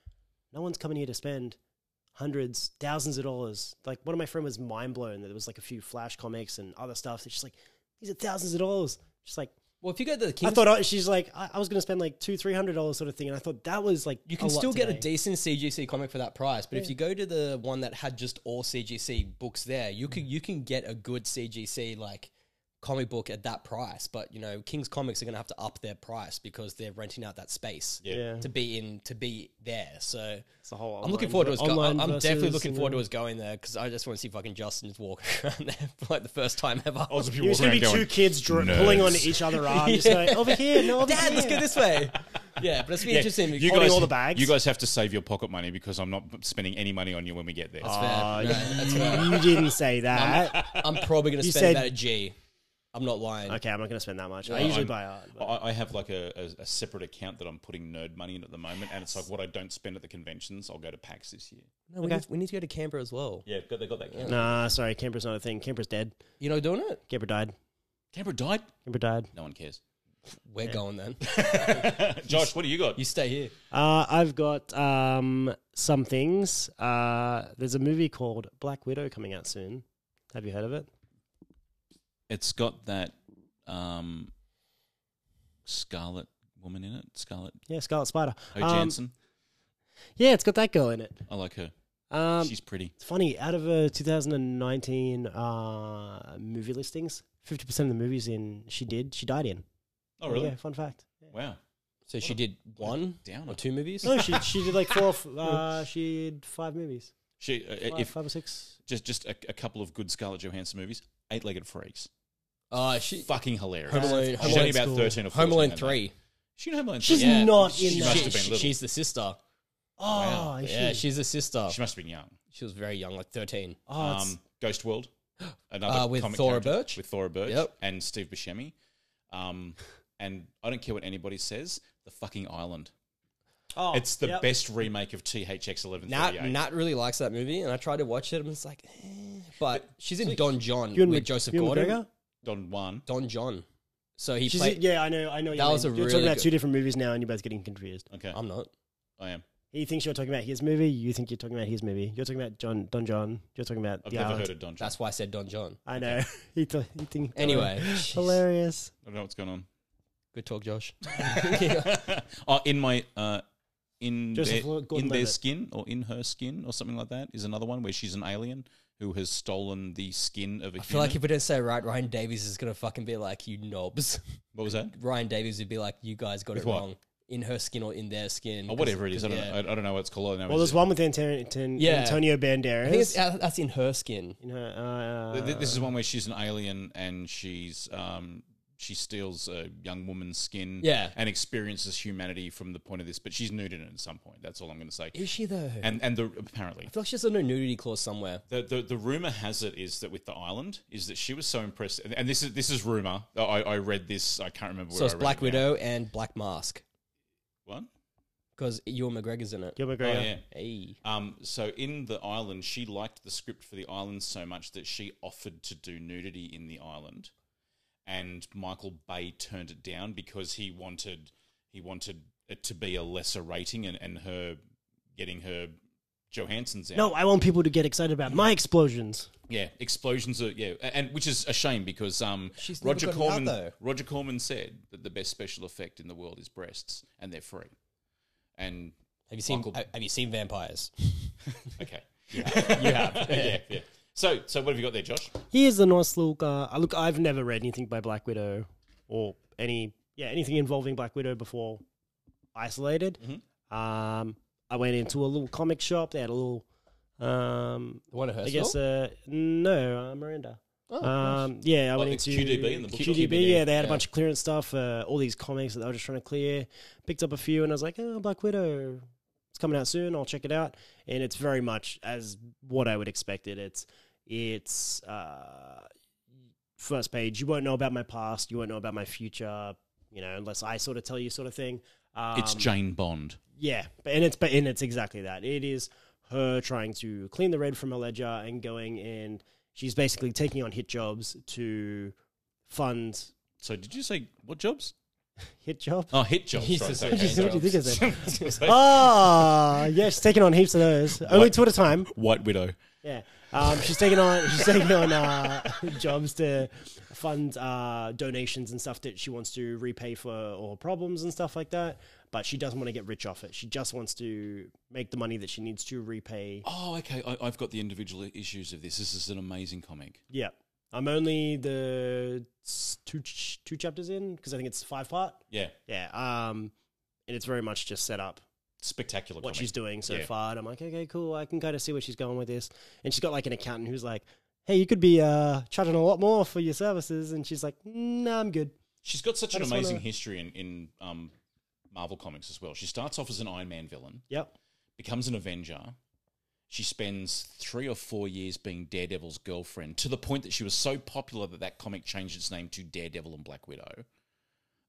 S1: no one's coming here to spend hundreds, thousands of dollars. Like one of my friend was mind blown that there was like a few Flash comics and other stuff. It's just like these are thousands of dollars. She's like,
S3: Well, if you go to the
S1: I
S3: Kings,
S1: thought I, she's like, I, I was going to spend like two, three hundred dollars sort of thing, and I thought that was like
S3: you can
S1: a lot
S3: still get a
S1: today.
S3: decent CGC comic for that price. But if you go to the one that had just all CGC books there, you can you can get a good CGC like comic book at that price. But you know, Kings Comics are going to have to up their price because they're renting out that space
S1: Yeah,
S3: to be in to be there. So
S1: it's a whole.
S3: I'm looking forward to us going. I'm definitely looking forward to us going there because I just want to see fucking Justin just walk around there for like the first time ever.
S2: lots of people
S1: It was
S2: walking
S1: going to be
S2: around
S1: two
S2: going,
S1: kids dr-
S2: "Nerds."
S1: pulling on each other arm, just going over here, no, over
S3: Dad,
S1: here.
S3: let's go this way. Yeah, but it's be
S2: Yeah,
S3: interesting.
S2: you
S1: holding
S2: guys,
S1: all the bags.
S2: You guys have to save your pocket money because I'm not spending any money on you when we get there.
S3: That's fair.
S1: Oh,
S3: No, that's fair.
S1: you didn't say that.
S3: I'm probably going to
S1: You
S3: spend
S1: said-
S3: about a G. I'm not lying.
S1: Okay, I'm not going to spend that much. I
S2: No,
S1: usually
S2: I'm-
S1: buy art. but-
S2: I, I have like a, a, a separate account that I'm putting nerd money in at the moment, and it's like what I don't spend at the conventions, I'll go to PAX this year.
S3: No, we,
S1: Okay.
S3: need, we need to go to Canberra as well.
S2: Yeah, got, they got that. Canberra.
S1: Nah, sorry, Kemper's not a thing. Kemper's dead.
S3: You know, doing it.
S1: Kemper died.
S2: Canberra died.
S1: Kemper died.
S2: No one cares.
S3: We're going then.
S2: Josh, what do you got?
S3: You stay here.
S1: Uh, I've got um, some things. Uh, there's a movie called Black Widow coming out soon. Have you heard of it?
S2: It's got that um, Scarlet woman in it. Scarlet
S1: Yeah, Scarlet Spider.
S2: Oh
S1: Um,
S2: Jansen.
S1: Yeah, it's got that girl in it.
S2: I like her.
S1: Um,
S2: She's pretty.
S1: It's funny, out of uh, 2019 uh, movie listings, 50% of the movies in she did, she died in.
S2: Oh really?
S1: Yeah, fun fact.
S2: Wow.
S3: So she did one
S2: Down.
S3: or two movies.
S1: No, she she did like four, f- uh, she did five movies.
S2: She uh,
S1: Five,
S2: if
S1: five or six.
S2: just just a, a couple of good Scarlett Johansson movies. Eight Legged Freaks.
S3: Uh, she
S2: Fucking hilarious.
S3: Home Alone-
S2: She's
S3: Home
S2: only
S3: Alone
S2: about
S1: Uh, school.
S2: thirteen or 14
S3: Home Alone
S2: at that.
S3: three.
S2: She in Home Alone.
S1: She's
S2: three?
S1: Yeah. not in
S2: She
S1: that.
S2: must
S3: She,
S2: have been
S3: she-
S2: little.
S3: she's the sister.
S1: Oh,
S2: Wow.
S1: is
S3: Yeah,
S1: she?
S3: she's the sister.
S2: she must have been young.
S3: She was very young, like thirteen.
S1: Oh, it's-
S2: um, Ghost World, another
S3: Uh, with
S2: comic
S3: Thora
S2: character-
S3: Birch?
S2: with Thora Birch,
S3: Yep.
S2: and Steve Buscemi. Um, and I don't care what anybody says. The fucking island.
S1: oh,
S2: it's the
S1: yep.
S2: best remake of THX eleven
S3: Nat,
S2: thirty eight.
S3: Nat really likes that movie, and I tried to watch it, and it's like, eh. but she's in Don John
S1: Ewan
S3: with
S1: Mc-
S3: Joseph
S1: Ewan
S3: Gordon.
S1: McGregor?
S2: Don one.
S3: Don John. So he
S1: She's
S3: played.
S1: yeah, I know, I know. what you
S3: That was
S1: mean.
S3: a
S1: you're
S3: really
S1: talking about
S3: good-
S1: two different movies now, and you're both getting confused.
S2: Okay,
S3: I'm not.
S2: I am.
S1: He thinks you're talking about his movie. You think you're talking about his movie. You're talking about John Don John. You're talking about
S2: I've
S1: the
S2: never
S1: Island.
S2: heard of Don. John.
S3: That's why I said Don John.
S1: I know. he, th- he think
S3: Anyway, jeez.
S1: hilarious.
S2: I don't know what's going on.
S3: good talk, Josh.
S2: oh, in my uh, in
S1: Joseph
S2: their,
S1: Gordon-Levitt.
S2: in their skin or in her skin or something like that is another one where she's an alien who has stolen the skin of a
S3: I feel like
S2: human.
S3: if we don't say it right, Ryan Davies is gonna fucking be like, "You knobs."
S2: what was that?
S3: Ryan Davies would be like, "You guys got it
S2: what?
S3: wrong." In her skin or in their skin,
S2: Or Oh, whatever it is. I don't.
S3: yeah.
S2: Know, I, I don't know what it's called. All I know
S1: Well,
S2: is
S1: there's one with Anton- Anton-
S3: Yeah.
S1: Antonio
S3: I think
S1: Banderas.
S3: it's, uh, that's in her skin.
S1: You know, uh,
S2: Th- th- This is one where she's an alien and she's um, she steals a young woman's skin
S3: Yeah.
S2: and experiences humanity from the point of this, but she's nude in it at some point. That's all I'm going to say.
S3: Is she though? I
S2: And and the, apparently
S3: feel like she has a no nudity clause somewhere.
S2: the, the the rumor has it is that with the island is that she was so impressed, and, and this is this is rumor. I, I read this. I can't remember. Where
S3: So it's
S2: I read
S3: Black
S2: it now.
S3: Widow and Black Mask
S2: What?
S3: because Ewan McGregor's in it.
S1: Gilbert
S2: Oh,
S1: Grape.
S2: yeah.
S3: Hey.
S2: Um, so in the island, she liked the script for the island so much that she offered to do nudity in the island, and Michael Bay turned it down because he wanted he wanted it to be a lesser rating and, and her getting her Johansson's out.
S1: No, I want people to get excited about my explosions.
S2: Yeah, explosions are yeah, a- and which is a shame because um,
S3: She's never
S2: Roger
S3: gotten out,
S2: Corman
S3: though.
S2: Roger Corman said that the best special effect in the world is breasts and they're free, and
S3: Have you seen?
S2: Michael-
S3: ha- Have you seen vampires?
S2: okay,
S3: you have.
S2: yeah, yeah. So so what have you got there, Josh?
S1: Here's a nice little. Uh, uh, look, I've never read anything by Black Widow or any yeah anything involving Black Widow before Isolated. Um, I went into a little comic shop. They had a little. Um,
S3: The one of her.
S1: I guess uh, no, uh, Miranda.
S3: Oh,
S1: um, yeah, I went
S2: it's
S1: into
S2: QDB in the bookshop.
S1: QDB, yeah, they had a
S3: yeah.
S1: bunch of clearance stuff, uh, all these comics that they were just trying to clear. Picked up a few, and I was like, "Oh, Black Widow, it's coming out soon. I'll check it out." And it's very much as what I would expect it. It's it's uh, first page. You won't know about my past. You won't know about my future. You know, unless I sort of tell you, sort of thing. Um,
S2: it's Jane Bond.
S1: yeah, but and it's but and it's exactly that. It is her trying to clean the red from a ledger and going and she's basically taking on hit jobs to fund
S2: So did you say what jobs?
S1: hit job.
S2: Oh, hit jobs.
S3: Jesus,
S2: right,
S3: what
S2: okay.
S3: you- what you
S1: think I said?
S2: I was gonna say,
S1: Oh, yeah, she's taking on heaps of those. Only two at a time.
S2: White Widow.
S1: Yeah, um, she's taking on she's taking on uh, jobs to fund uh, donations and stuff that she wants to repay for or problems and stuff like that. But she doesn't want to get rich off it. She just wants to make the money that she needs to repay
S2: Oh, okay. I, I've got the individual issues of this. This is an amazing comic.
S1: Yeah. I'm only the s- two ch- two chapters in because I think it's five part.
S2: Yeah,
S1: Yeah. Um, and it's very much just set up
S2: spectacular.
S1: what
S2: comic.
S1: she's doing so
S2: Yeah.
S1: far. And I'm like, okay, cool. I can kind of see where she's going with this. And she's got like an accountant who's like, hey, you could be uh, charging a lot more for your services. And she's like, no, I'm good.
S2: She's got such
S1: I
S2: an
S1: just wanna-
S2: amazing history in, in um, Marvel comics as well. She starts off as an Iron Man villain,
S1: Yep.
S2: becomes an Avenger, she spends three or four years being Daredevil's girlfriend to the point that she was so popular that that comic changed its name to Daredevil and Black Widow.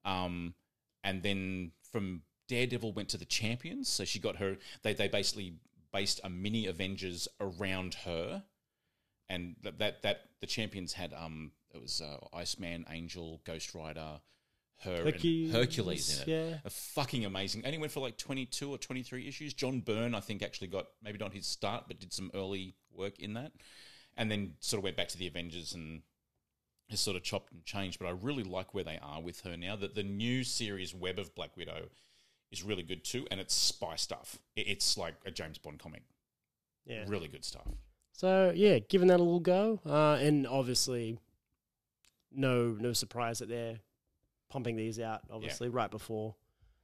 S2: Um, and then from Daredevil went to the Champions, so she got her. They they basically based a mini Avengers around her, and that that, that the Champions had um it was uh, Iceman, Angel, Ghost Rider, her
S1: Hercules,
S2: and Hercules in it.
S1: yeah.
S2: A fucking amazing. Only went for like 22 or 23 issues. John Byrne, I think, actually got maybe not his start, but did some early work in that. And then sort of went back to the Avengers and has sort of chopped and changed. But I really like where they are with her now. That the new series, Web of Black Widow, is really good too. And it's spy stuff. It- It's like a James Bond comic.
S1: Yeah.
S2: Really good stuff.
S1: So yeah, giving that a little go, uh, and obviously, no no surprise that they're pumping these out. Obviously, right before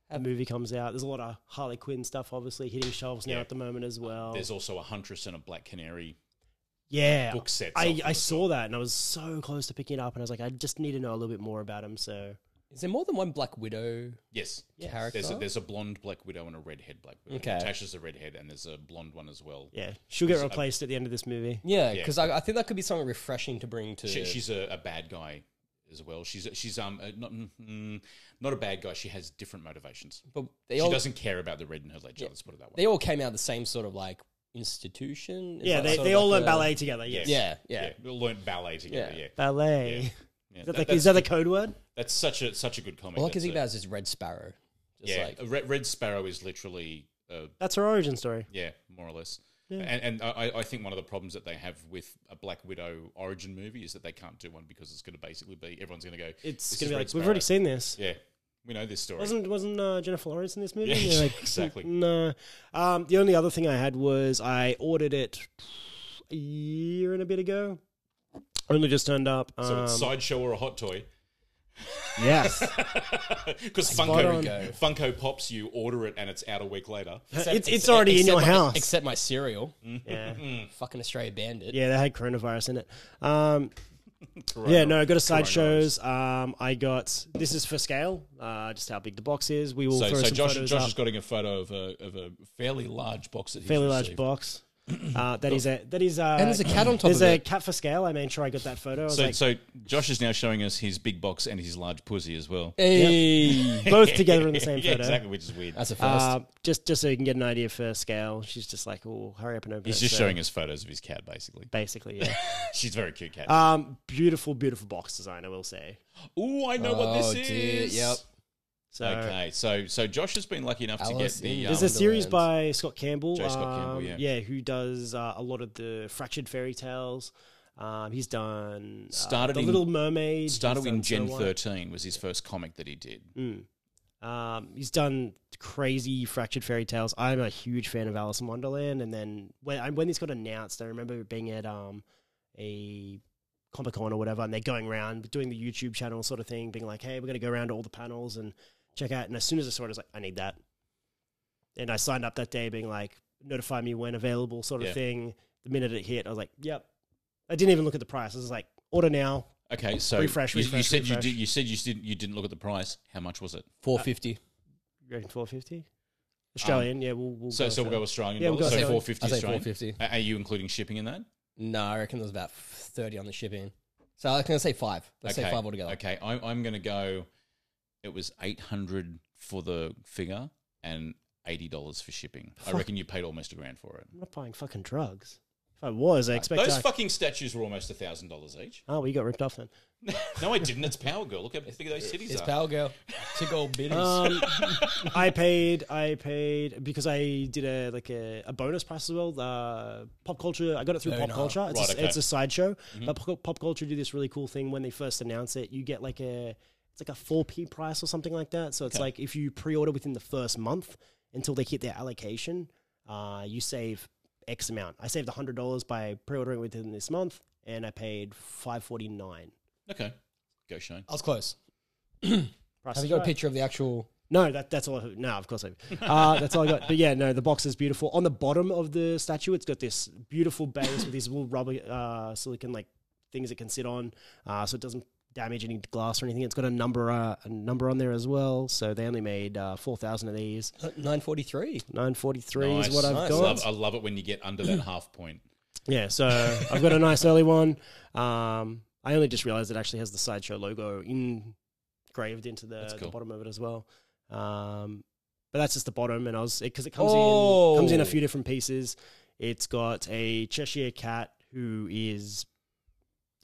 S1: the
S3: Have-
S1: movie comes out, there's a lot of Harley Quinn stuff. Obviously, hitting shelves now
S2: Yeah.
S1: at the moment as well.
S2: There's also a Huntress and a Black Canary.
S1: yeah,
S2: book sets out
S1: I,
S2: for
S1: I
S2: it as
S1: saw that and I was so close to picking it up, and I was like, I just need to know a little bit more about him. So
S3: Is there more than one Black Widow
S2: Yes.
S3: character?
S2: There's a, there's a blonde Black Widow and a redhead Black Widow.
S3: Okay.
S2: Natasha's a redhead, and there's a blonde one as well.
S1: yeah, she'll get replaced at the end of this movie.
S3: yeah,
S2: Yeah.
S3: because I, I think that could be something refreshing to bring to.
S2: She, she's a, a bad guy as well. She's she's um uh, not mm, mm, not a bad guy. She has different motivations.
S3: but they
S2: she
S3: all
S2: doesn't care about the red in her ledger.
S3: Yeah.
S2: Let's put it that way.
S3: they all came out of the same sort of like institution. It's
S1: Yeah,
S3: like
S1: they,
S3: sort of
S1: they all
S3: like
S1: learn
S3: a-
S1: ballet together. Yes.
S3: Yeah, yeah.
S2: yeah. we learned ballet together.
S3: Yeah.
S2: Yeah,
S1: Ballet.
S2: Yeah.
S1: Is
S2: yeah.
S1: that
S2: That-
S1: like,
S2: that's,
S1: is that a code word?
S2: that's such a such a good comic.
S3: All I can
S2: That's
S3: think
S2: a-
S3: about is this Red Sparrow. Just
S2: yeah,
S3: like
S2: a red, red Sparrow is literally uh,
S1: That's her origin story.
S2: Yeah, more or less.
S1: Yeah.
S2: And, and I, I think one of the problems that they have with a Black Widow origin movie is that they can't do one because it's going to basically be everyone's going to go.
S1: It's
S2: "This
S1: gonna be
S2: is Red
S1: like
S2: Sparrow."
S1: we've already seen this.
S2: Yeah, we know this story.
S1: Wasn't wasn't uh, Jennifer Lawrence in this movie?
S2: Yeah,
S1: You're like,
S2: exactly.
S1: No. Um, the only other thing I had was I ordered it a year and a bit ago. Only just turned up. Uh, Um,
S2: so it's sideshow or a hot toy
S1: yes,
S2: because
S1: spot
S2: Funko
S1: on.
S2: Funko pops you order it and it's out a week later.
S1: it's it's already in
S3: except
S1: your
S3: my-
S1: house.
S3: Except my cereal,
S2: Mm.
S1: yeah,
S3: fucking Australia Bandit.
S1: yeah, they had coronavirus in it. Um,
S2: Corona-
S1: yeah, no, I got a side
S2: coronavirus.
S1: shows. Um, I got this is for scale, uh, just how big the box is. We will
S2: So,
S1: throw
S2: so
S1: some
S2: Josh,
S1: photos
S2: Josh
S1: up.
S2: has got a photo of a of a fairly large box that he's
S1: fairly large
S2: received.
S1: box. Uh, that is a that is a
S3: And there's a cat on top
S1: There's
S3: of
S1: a
S3: it.
S1: cat for scale. I made sure I got that photo. I was
S2: So,
S1: like,
S2: so Josh is now showing us his big box and his large pussy as well.
S3: Hey,
S1: both together in the same
S2: yeah,
S1: photo.
S2: exactly, which is weird.
S3: that's a first.
S1: Uh, just just so you can get an idea for scale. She's just like, oh, hurry up and open.
S2: He's
S1: it."
S2: just
S1: So,
S2: showing us photos of his cat, basically.
S1: Basically, yeah.
S2: She's a very cute cat.
S1: um, beautiful, beautiful box design, I will say.
S2: Ooh, I know what
S3: Oh,
S2: this
S3: dear,
S2: is.
S3: yep.
S1: So
S2: Okay, so so Josh has been lucky enough
S3: Alice
S2: to get the
S3: in
S2: um,
S1: there's a
S3: Wonderland.
S1: series by Scott Campbell.
S2: J. Scott Campbell,
S1: um,
S2: yeah.
S1: who does uh, a lot of the fractured fairy tales. Um, he's done uh,
S2: Started
S1: the
S2: in-
S1: Little Mermaid. he's
S2: started
S1: done
S2: in Gen
S1: Snow White.
S2: 13 was his first comic that he did.
S1: Um, he's done crazy fractured fairy tales. I'm a huge fan of Alice in Wonderland, and then when I- when this got announced, I remember it being at um a Comic Con or whatever, and they're going around doing the YouTube channel sort of thing, being like, "Hey, we're gonna go around to all the panels and check out." And as soon as I saw it, I was like, "I need that," and I signed up that day, being like, "Notify me when available," sort of
S2: Yeah.
S1: thing. The minute it hit, I was like, "Yep." I didn't even look at the price. I was like, "Order now."
S2: Okay, so
S1: Refresh,
S2: you, you
S1: refresh,
S2: said
S1: refresh.
S2: you did. You said you didn't. You didn't look at the price. How much was it?
S3: Four fifty.
S1: You reckon four fifty Australian? yeah, we'll, we'll
S2: Um, So
S1: go
S2: so
S1: for
S2: we'll
S1: that.
S2: go Australian.
S1: Yeah, we'll
S2: dollars.
S1: go
S2: so
S1: Australian.
S2: four
S3: I
S2: fifty
S3: say four
S2: Australian.
S3: fifty.
S2: A- Are you including shipping in that?
S3: No, I reckon there was about thirty on the shipping. So I was gonna say five. Let's say five altogether.
S2: Okay, I'm I'm gonna go. It was eight hundred for the figure and eighty dollars for shipping. I reckon you paid almost a grand for it.
S1: I'm not buying fucking drugs. If I was, I expect.
S2: Those
S1: I-
S2: fucking statues were almost a thousand dollars each.
S1: oh, well, you got ripped off then.
S2: No, I didn't. It's Power Girl. Look how big those cities
S3: It's
S2: are.
S3: Power Girl. Two gold bitters.
S1: Um, I paid. I paid because I did a like a, a bonus price as well. Uh, pop culture. I got it through
S3: Very
S1: pop
S3: nice.
S1: culture. It's,
S2: Oh, Right,
S1: a,
S2: okay. Mm-hmm.
S1: it's a sideshow. But pop, pop culture do this really cool thing when they first announce it. You get like a it's like a four p price or something like that. So it's like if you pre-order within the first month until they hit their allocation, uh, you save X amount. I saved hundred dollars by pre-ordering within this month, and I paid five forty nine.
S2: Okay, go Shane.
S3: I was close. Have you got a picture of the actual?
S1: No, that, that's all. I, no, of course I. Uh, that's all I got. But yeah, no, the box is beautiful. On the bottom of the statue, it's got this beautiful base with these little rubber uh, silicon like things it can sit on, uh, so it doesn't damage any glass or anything. It's got a number uh, a number on there as well. So they only made uh, four thousand of these.
S3: Nine forty three.
S1: Nine forty three is what I've
S2: Nice.
S1: got.
S2: Love- I love it when you get under that half point.
S1: Yeah, so I've got a nice early one. Um, I only just realized it actually has the sideshow logo engraved into the, the
S2: cool.
S1: bottom of it as well. Um, but that's just the bottom, and I was because it, comes in comes in a
S3: Oh.
S1: few different pieces. It's got a Cheshire cat who is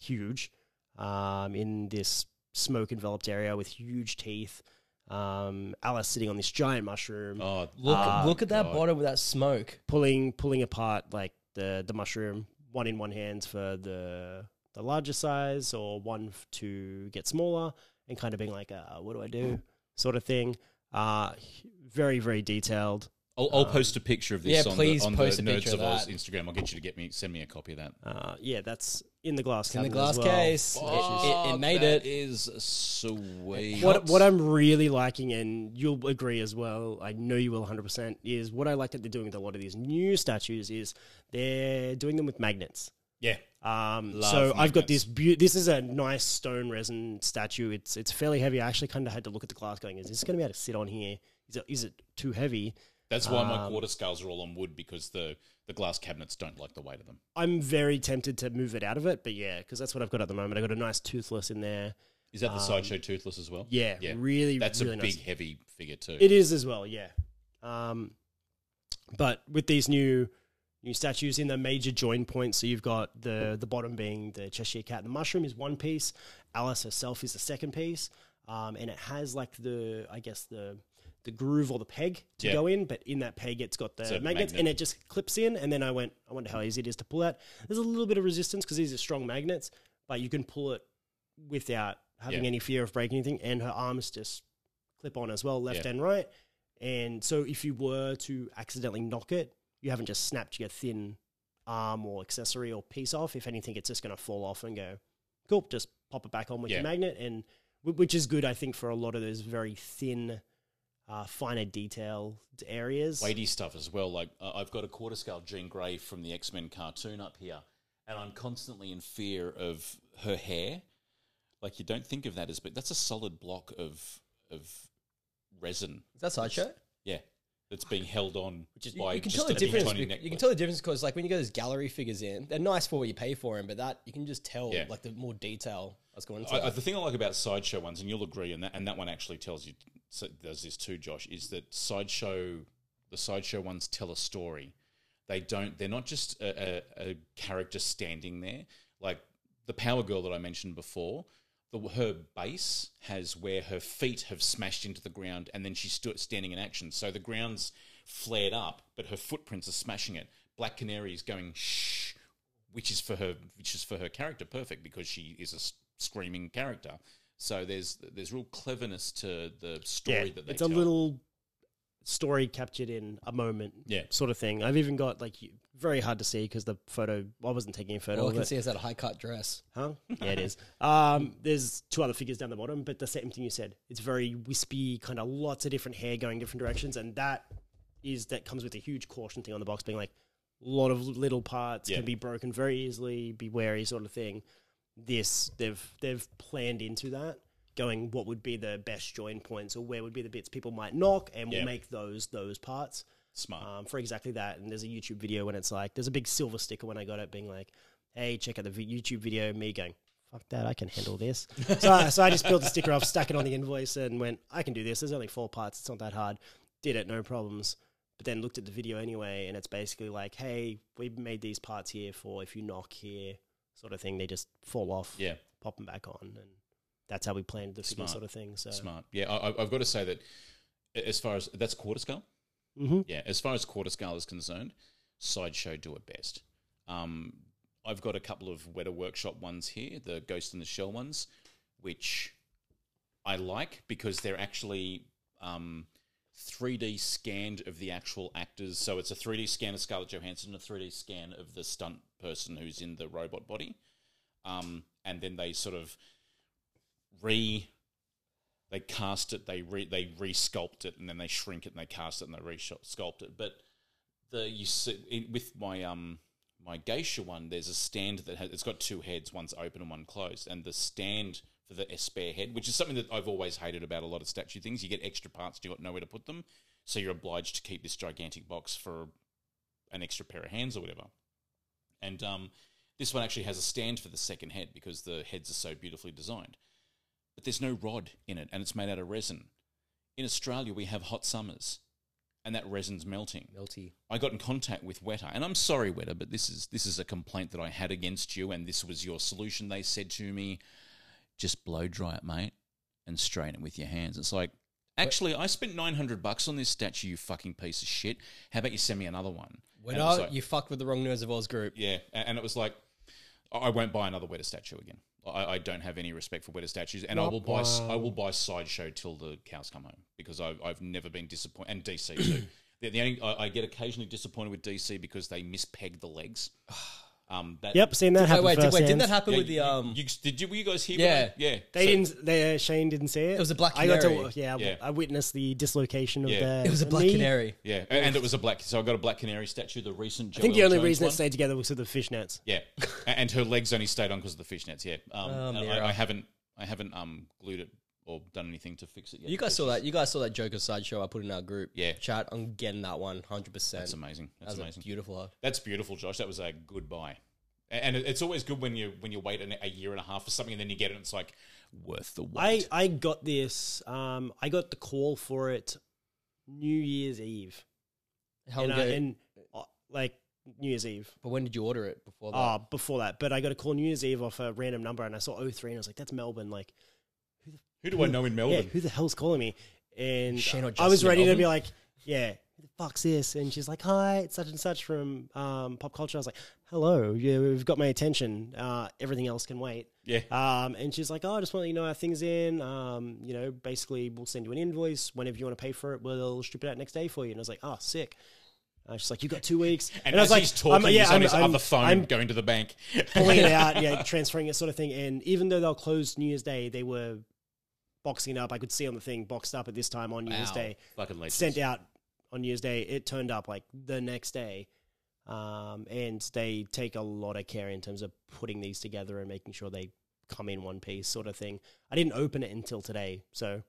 S1: huge um, in this smoke enveloped area with huge teeth. Um, Alice sitting on this giant mushroom
S2: Oh,
S3: Look,
S1: Ah,
S3: look at that
S2: God.
S3: bottom with that smoke.
S1: pulling pulling apart like the the mushroom one in one hand for the the larger size or one f- to get smaller and kind of being like uh, what do i do sort of thing uh h- very very detailed
S2: I'll, I'll post a picture of this
S3: yeah,
S2: on
S3: please
S2: the, on the
S3: post a
S2: Nerds
S3: picture
S2: of
S3: of
S2: Oz
S3: that.
S2: Instagram. I'll get you to get me send me a copy of that.
S1: uh yeah that's in the glass
S3: In the
S1: cabinet as
S3: glass
S1: well.
S3: case. It- It, it, made
S2: that
S3: it.
S2: is sweet.
S1: what what I'm really liking, and you'll agree as well, I know you will 100%, is what I like that they're doing with a lot of these new statues is they're doing them with magnets.
S2: yeah.
S1: Um,
S2: Love
S1: so I've got this.
S2: magnets.
S1: Be- this is a nice stone resin statue. It's it's fairly heavy. I actually kind of had to look at the glass, going, "Is this going to be able to sit on here? Is it is it too heavy?"
S2: That's why
S3: Um,
S2: my quarter scales are all on wood because the, the glass cabinets don't like the weight of them.
S1: I'm very tempted to move it out of it, but yeah, because that's what I've got at the moment. I have got a nice toothless in there.
S2: Is
S3: Um,
S2: that the sideshow toothless as well?
S1: Yeah, really,
S2: That's
S1: really
S2: a
S1: nice.
S2: big, heavy figure too.
S1: It is as well, yeah. Um, but with these new new statues in the major join points, so you've got the the bottom being the Cheshire Cat, the mushroom is one piece, Alice herself is the second piece, um, and it has like the I guess the the groove or the peg to
S2: Yeah.
S1: go in, but in that peg it's got the
S2: So the
S1: magnets
S2: magnet.
S1: and it just clips in. And then I went, I wonder how easy it is to pull out. There's a little bit of resistance because these are strong magnets, but you can pull it without having
S2: Yeah.
S1: any fear of breaking anything. And her arms just clip on as well, left
S2: Yeah.
S1: and right. And so if you were to accidentally knock it, you haven't just snapped your thin arm or accessory or piece off. If anything, it's just going to fall off and go, cool, just pop it back on with
S2: Yeah.
S1: your magnet. And wh- which is good, I think, for a lot of those very thin, uh, finer detail areas.
S2: weighty stuff as well. Like uh, I've got a quarter scale Jean Grey from the X Men cartoon up here, and I'm constantly in fear of her hair. Like you don't think of that as, but that's a solid block of of resin.
S3: Is that sideshow?
S2: Yeah, that's being held on. Which is
S3: You,
S2: by
S3: you can
S2: just
S3: tell
S2: a
S3: the
S2: big
S3: difference.
S2: tiny
S3: bec- You can
S2: necklace.
S3: tell the difference because, like, when you get those gallery figures in, they're nice for what you pay for them, but that you can just tell,
S2: Yeah.
S3: like, the more detail that's going into.
S2: I, I,
S3: it.
S2: the thing I like about sideshow ones, and you'll agree, and that and that one actually tells you so does this too, Josh, is that sideshow the sideshow ones tell a story. They don't. They're not just a, a, a character standing there. Like the Power Girl that I mentioned before, the, her base has where her feet have smashed into the ground, and then she's stood standing in action. So the ground's flared up, but her footprints are smashing it. Black Canary is going shh, which is for her which is for her character perfect because she is a s- screaming character so there's there's real cleverness to the story
S1: yeah,
S2: that they
S1: it's a
S2: tell.
S1: little story captured in a moment,
S2: Yeah.
S1: sort of thing. I've even got like you- very hard to see because the photo. I wasn't taking a
S2: Oh,
S1: photo.
S3: All I
S1: of
S3: can
S1: it.
S3: see is that high cut dress.
S1: Huh? Yeah, it is. Um, there's two other figures down the bottom, but the same thing you said. It's very wispy, kind of lots of different hair going different directions, and that is that comes with a huge caution thing on the box, being like a lot of little parts
S2: Yeah.
S1: can be broken very easily. Be wary, sort of thing. This they've they've planned into that, going what would be the best join points or where would be the bits people might knock, and we'll
S2: Yeah.
S1: make those those parts
S2: smart
S1: um, for exactly that. And there's a YouTube video when it's like, there's a big silver sticker when I got it being like, hey, check out the vi- YouTube video, me going, fuck that, I can handle this. so, I, so I just built the sticker off, stuck it on the invoice, and went, I can do this. There's only four parts, it's not that hard. Did it, no problems. But then looked at the video anyway, and it's basically like, hey, we made these parts here for if you knock here, sort of thing. They just fall off,
S2: Yeah.
S1: pop them back on. And that's how we planned the figure
S2: Smart.
S1: sort of thing. So,
S2: smart yeah I, I- i've got to say that a- as far as that's quarter scale
S1: Mhm.
S2: yeah as far as quarter scale is concerned sideshow do it best um, i've got a couple of Weta workshop ones here the ghost in the shell ones which i like because they're actually um, 3D scanned of the actual actors. So it's a 3D scan of Scarlett Johansson, a 3D scan of the stunt person who's in the robot body, um, and then they sort of re they cast it, they re they resculpt it, and then they shrink it and they cast it and they resculpt it. But the you see in, with my um my geisha one, there's a stand that has it's got two heads, one's open and one closed, and the stand for the spare head, which is something that I've always hated about a lot of statue things. You get extra parts, you got nowhere to put them, so you're obliged to keep this gigantic box for an extra pair of hands or whatever. And um, this one actually has a stand for the second head because the heads are so beautifully designed. But there's no rod in it, and it's made out of resin. In Australia, we have hot summers, and that resin's melting.
S4: Melty.
S2: I got in contact with Weta, and I'm sorry, Weta, but this is this is a complaint that I had against you, and this was your solution. They said to me, "Just blow dry it, mate, and strain it with your hands." It's like, actually, I spent 900 bucks on this statue, you fucking piece of shit. How about you send me another one?
S3: When
S2: And it was
S3: I-
S2: like-
S3: you fucked with the wrong Nerds of Oz group.
S2: yeah, a- and it was like, I I won't buy another Weta statue again. I, I don't have any respect for Weta statues, and I will buy s- I will buy sideshow till the cows come home because I've, I've never been disappointed. And DC too. the, the only I, I get occasionally disappointed with DC because they mispeg the legs. Um, that,
S1: Yep, seen that happen.
S3: Wait, wait, did,
S1: firsthand.
S3: wait, didn't that happen
S2: Yeah,
S3: with the
S2: you-
S3: um?
S2: you, did you were you guys here?
S3: Yeah.
S2: when I- yeah.
S1: They
S2: so-
S1: didn't. They, uh, Shane didn't see it. It
S3: was a black
S1: I
S3: canary.
S1: got to, yeah, I-
S2: Yeah.
S1: I witnessed the dislocation of
S2: Yeah.
S1: their.
S3: it was a black
S1: knee.
S3: canary.
S2: Yeah, a- and it was a black. So I got a black canary statue. The recent.
S1: I think the only reason it stayed together was with the fishnets.
S2: Yeah, A- and her legs only stayed on because of the fishnets. Yeah, um,
S3: Oh,
S2: and
S3: Mira.
S2: I, I haven't, I haven't um, glued it or done anything to fix it yet.
S3: You guys
S2: because
S3: saw
S2: it's-
S3: that. You guys saw that Joker sideshow I put in our group.
S2: Yeah.
S3: chat. I'm getting that one, hundred percent.
S2: That's amazing. That's
S3: That was a
S2: amazing.
S3: beautiful. art.
S2: That's beautiful, Josh. That was a good buy. A- And it- it's always good when you when you wait an, a year and a half for something, and then you get it. and It's like worth the
S1: I,
S2: wait.
S1: I got this. Um, I got the call for it New Year's Eve,
S3: How
S1: and, I,
S3: good.
S1: and uh, like New Year's Eve.
S3: but when did you order it? Before that,
S2: Oh,
S1: Ah, before that, but I got a call New Year's Eve off a random number, and I saw 03 and I was like, "That's Melbourne." Like,
S2: who do I know in
S1: yeah,
S2: Melbourne?
S1: who the hell's calling me? And
S3: Shane or
S1: I was
S3: Justin
S1: ready to
S3: Melbourne?
S1: be like, "Yeah, who the fuck's this?" And she's like, "Hi, it's such and such from um, pop culture." I was like, "Hello, yeah, we've got my attention. Uh, everything else can wait."
S2: Yeah,
S1: Um, and she's like, "Oh, I just want to let you know how things in. Um, you know, basically, we'll send you an invoice whenever you want to pay for it. We'll strip it out next day for you." And I was like, "Oh, sick." Uh, she's like, "You got two weeks."
S2: and,
S1: I
S2: as
S1: was like,
S2: he's talking,
S1: I'm-
S2: he's on
S1: I'm-
S2: his
S1: I'm-
S2: other phone,
S1: I'm
S2: going to the bank.
S1: pulling it out, yeah, transferring it, sort of thing. And even though they were closed New Year's Day, they were boxing up. I could see on the thing boxed up at this time on New Year's
S3: Wow.
S1: Day.
S2: Fucking legends.
S1: Sent out on New Year's Day. It turned up like the next day. Um, and they take a lot of care in terms of putting these together and making sure they come in one piece, sort of thing. I didn't open it until today, so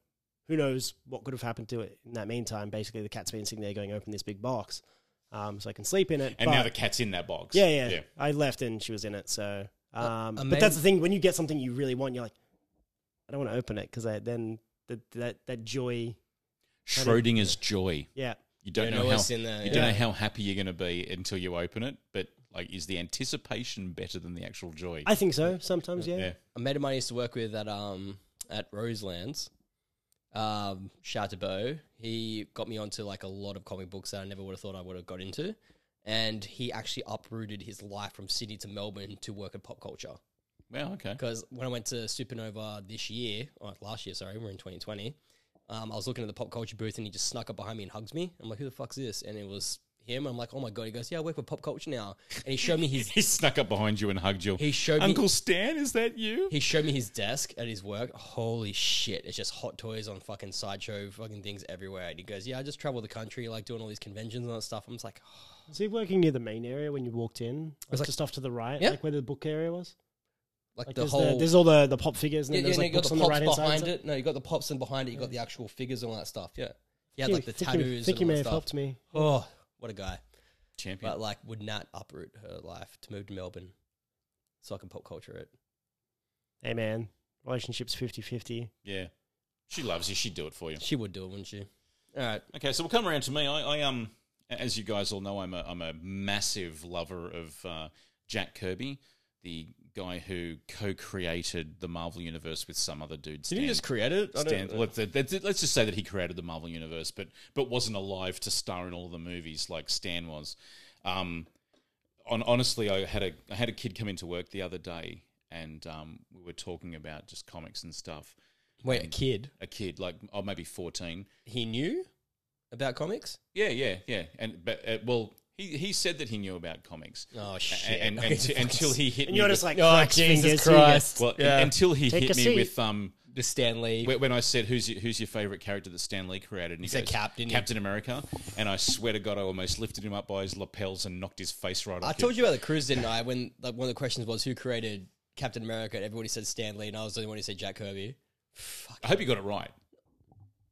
S1: who knows what could have happened to it in that meantime. Basically, the cat's been sitting there going, "Open this big box," um, so I can sleep in it.
S2: And now
S1: but-
S2: the cat's in that box.
S1: yeah, yeah, I left and she was in it. So, um,
S3: ama-
S1: but that's the thing. When you get something you really want, you're like, I don't want to open it because then that that that joy.
S2: Schrodinger's joy.
S1: Yeah,
S2: You don't
S3: You
S2: know,
S3: know
S2: how
S3: what's in there,
S2: you don't
S3: yeah.
S2: know how happy you're going to be until you open it. But like, is the anticipation better than the actual joy?
S1: I think so. Sometimes, yeah.
S2: yeah,
S3: a mate of mine used to work with at um at Roselands. Um, shout out to Bo. He got me onto like a lot of comic books that I never would have thought I would have got into, and he actually uprooted his life from Sydney to Melbourne to work at pop culture.
S2: Well, okay.
S3: Because when I went to Supernova this year, or last year, sorry, we're in 2020, um, I was looking at the pop culture booth and he just snuck up behind me and hugs me. I'm like, who the fuck's this? And it was him. I'm like, oh my God. He goes, yeah, I work with pop culture now. And he showed me his,
S2: He snuck up behind you and hugged you.
S3: he showed me,
S2: Uncle Stan, is that you?
S3: he showed me his desk at his work. Holy shit. It's just hot toys on fucking sideshow, fucking things everywhere. And he goes, yeah, I just travel the country, like doing all these conventions and all that stuff. I'm just like, "Oh,"
S1: Was he working near the main area when you walked in? Like,
S3: was like-
S1: just off to the right,
S3: Yeah.
S1: like where the book area was.
S3: like,
S1: Like
S3: the
S1: there's,
S3: whole,
S1: the, there's all the the pop figures, and
S3: yeah,
S1: then there's
S3: yeah,
S1: like
S3: you got
S1: books
S3: the
S1: on the
S3: pops
S1: right hand
S3: behind
S1: side.
S3: it. No, you got the pops and behind it. You got the actual figures and all that stuff. Yeah. He had
S1: Yeah,
S3: like the
S1: think you-
S3: tattoos.
S1: think you
S3: and
S1: may
S3: all that
S1: have
S3: stuff.
S1: helped me.
S3: Oh, what a guy.
S2: Champion.
S3: But like would not uproot her life to move to Melbourne so I can pop culture it.
S1: Hey man, relationships 50-50.
S2: yeah. She loves you. She'd do it for you.
S3: She would do it, wouldn't she? All right.
S2: Okay, so we'll come around to me. I, I um, as you guys all know, I'm a, I'm a massive lover of uh, Jack Kirby, the guy who co-created the Marvel Universe with some other dude. Stan,
S3: create it?
S2: Stan, let's, let's, let's just say that he created the Marvel Universe, but but wasn't alive to star in all the movies like Stan was. Um, on, honestly, I had a I had a kid come into work the other day, and um, we were talking about just comics and stuff.
S3: Wait, a kid.
S2: A kid, like oh, maybe fourteen.
S3: He knew about comics?
S2: Yeah, yeah, yeah. And but uh, well, he he said that he knew about comics.
S3: Oh,
S2: A-
S3: shit.
S2: And,
S3: Okay,
S2: and-
S3: fuck.
S2: until he hit
S1: And
S2: me
S1: you're
S2: with,
S1: just like,
S3: Oh,
S1: cracks
S3: Jesus
S1: fingers, so you get-
S3: Christ.
S2: well,
S3: yeah.
S2: until he
S1: Take
S2: hit
S1: a
S2: me
S1: seat.
S2: with um
S3: the Stan Lee.
S2: wh- when I said who's your, who's your favorite character that Stan Lee created, and he
S3: said
S2: goes,
S3: Cap, didn't you?
S2: Captain America, and I swear to God, I almost lifted him up by his lapels and knocked his face right.
S3: I told you about the cruise, didn't I? When like, one of the questions was who created Captain America, and everybody said Stan Lee, and I was the only one who said Jack Kirby. Fuck.
S2: I hope you got it right.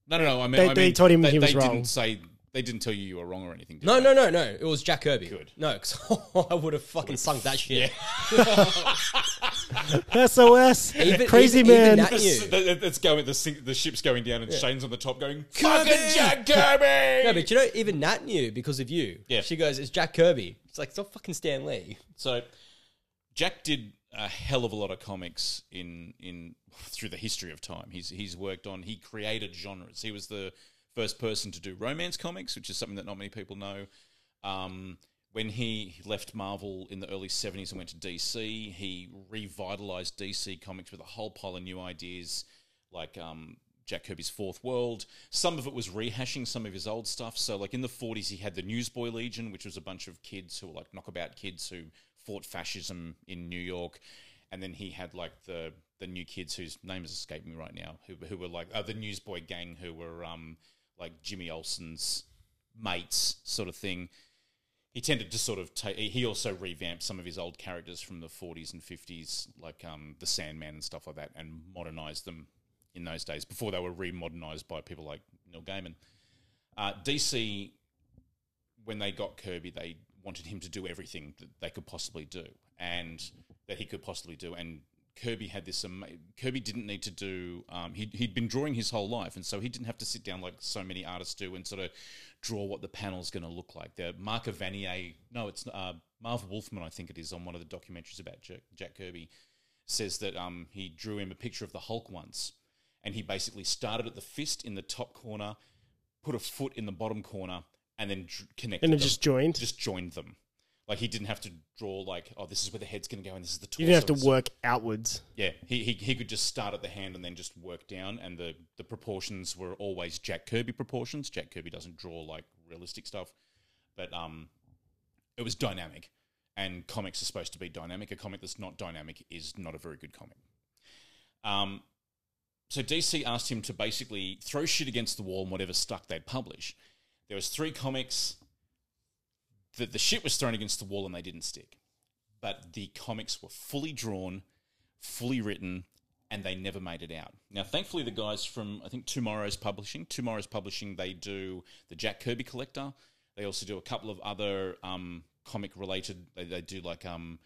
S2: No, no, no. I mean,
S1: They-
S2: I mean,
S1: they told him
S2: they,
S1: he was
S2: they
S1: wrong.
S2: Didn't say they didn't tell you you were wrong or anything. Did
S3: No,
S2: they?
S3: no, no, no. It was Jack Kirby.
S2: Good.
S3: No, because I would have fucking sunk that shit.
S1: SOS,
S3: Even-
S1: crazy
S3: even- even
S1: man.
S3: that-
S2: This-
S3: You.
S2: that- that's going. The, sink- the ship's going down, and Shane's on the top going,
S3: Kirby!
S2: "Fucking Jack Kirby!"
S3: No, but you know, even Nat knew because of you.
S2: Yeah.
S3: She goes, it's Jack Kirby. It's like, it's not fucking Stan Lee.
S2: So Jack did a hell of a lot of comics in in through the history of time. He's he's worked on he created genres. He was the first person to do romance comics, which is something that not many people know. Um, when he left Marvel in the early 70s and went to DC, he revitalized DC comics with a whole pile of new ideas like um, Jack Kirby's Fourth World. Some of it was rehashing some of his old stuff. So, like in the 40s, he had the Newsboy Legion, which was a bunch of kids who were like knockabout kids who fought fascism in New York. And then he had like the the new kids whose name is escaping me right now, who, who were like uh, the Newsboy gang, who were um, like Jimmy Olsen's mates, sort of thing he tended to sort of take. He also revamped some of his old characters from the 40s and 50s, like um, the Sandman and stuff like that, and modernized them in those days before they were remodernized by people like Neil Gaiman. Uh, DC, when they got Kirby, they wanted him to do everything that they could possibly do, and that he could possibly do. And Kirby had this. Ama- Kirby didn't need to do. Um, he'd, he'd been drawing his whole life, and so he didn't have to sit down like so many artists do and sort of draw what the panel's going to look like. The Mark Vanier, no, it's uh, Marv Wolfman, I think it is, on one of the documentaries about Jack, Jack Kirby, says that um, he drew him a picture of the Hulk once, and he basically started at the fist in the top corner, put a foot in the bottom corner, and then dr- connected.
S1: And it
S2: them.
S1: just joined?
S2: Just joined them. Like he didn't have to draw like, oh, this is where the head's going to go, and this is the. Torso.
S1: You didn't have
S2: It's-
S1: to work outwards.
S2: yeah, he, he he could just start at the hand and then just work down, and the the proportions were always Jack Kirby proportions. Jack Kirby doesn't draw like realistic stuff, but um, it was dynamic, and comics are supposed to be dynamic. A comic that's not dynamic is not a very good comic. Um, so DC asked him to basically throw shit against the wall and whatever stuck they'd publish. There was three comics that the shit was thrown against the wall and they didn't stick, but the comics were fully drawn fully written, and they never made it out. Now, thankfully, the guys from I think Tomorrow's Publishing, Tomorrow's Publishing, they do the Jack Kirby Collector. They also do a couple of other um, comic related. They, they do like um,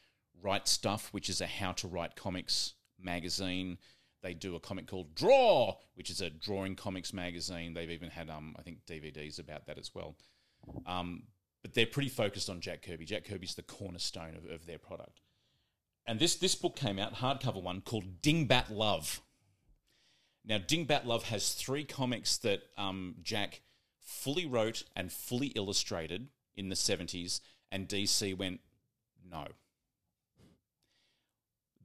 S2: Write Stuff, which is a how to write comics magazine. They do a comic called Draw, which is a drawing comics magazine. They've even had um, I think DVDs about that as well. Um, but they're pretty focused on Jack Kirby. Jack Kirby's the cornerstone of, of their product and this this book came out hardcover one called Dingbat Love. Now Dingbat Love has three comics that um, Jack fully wrote and fully illustrated in the seventies, and DC went no.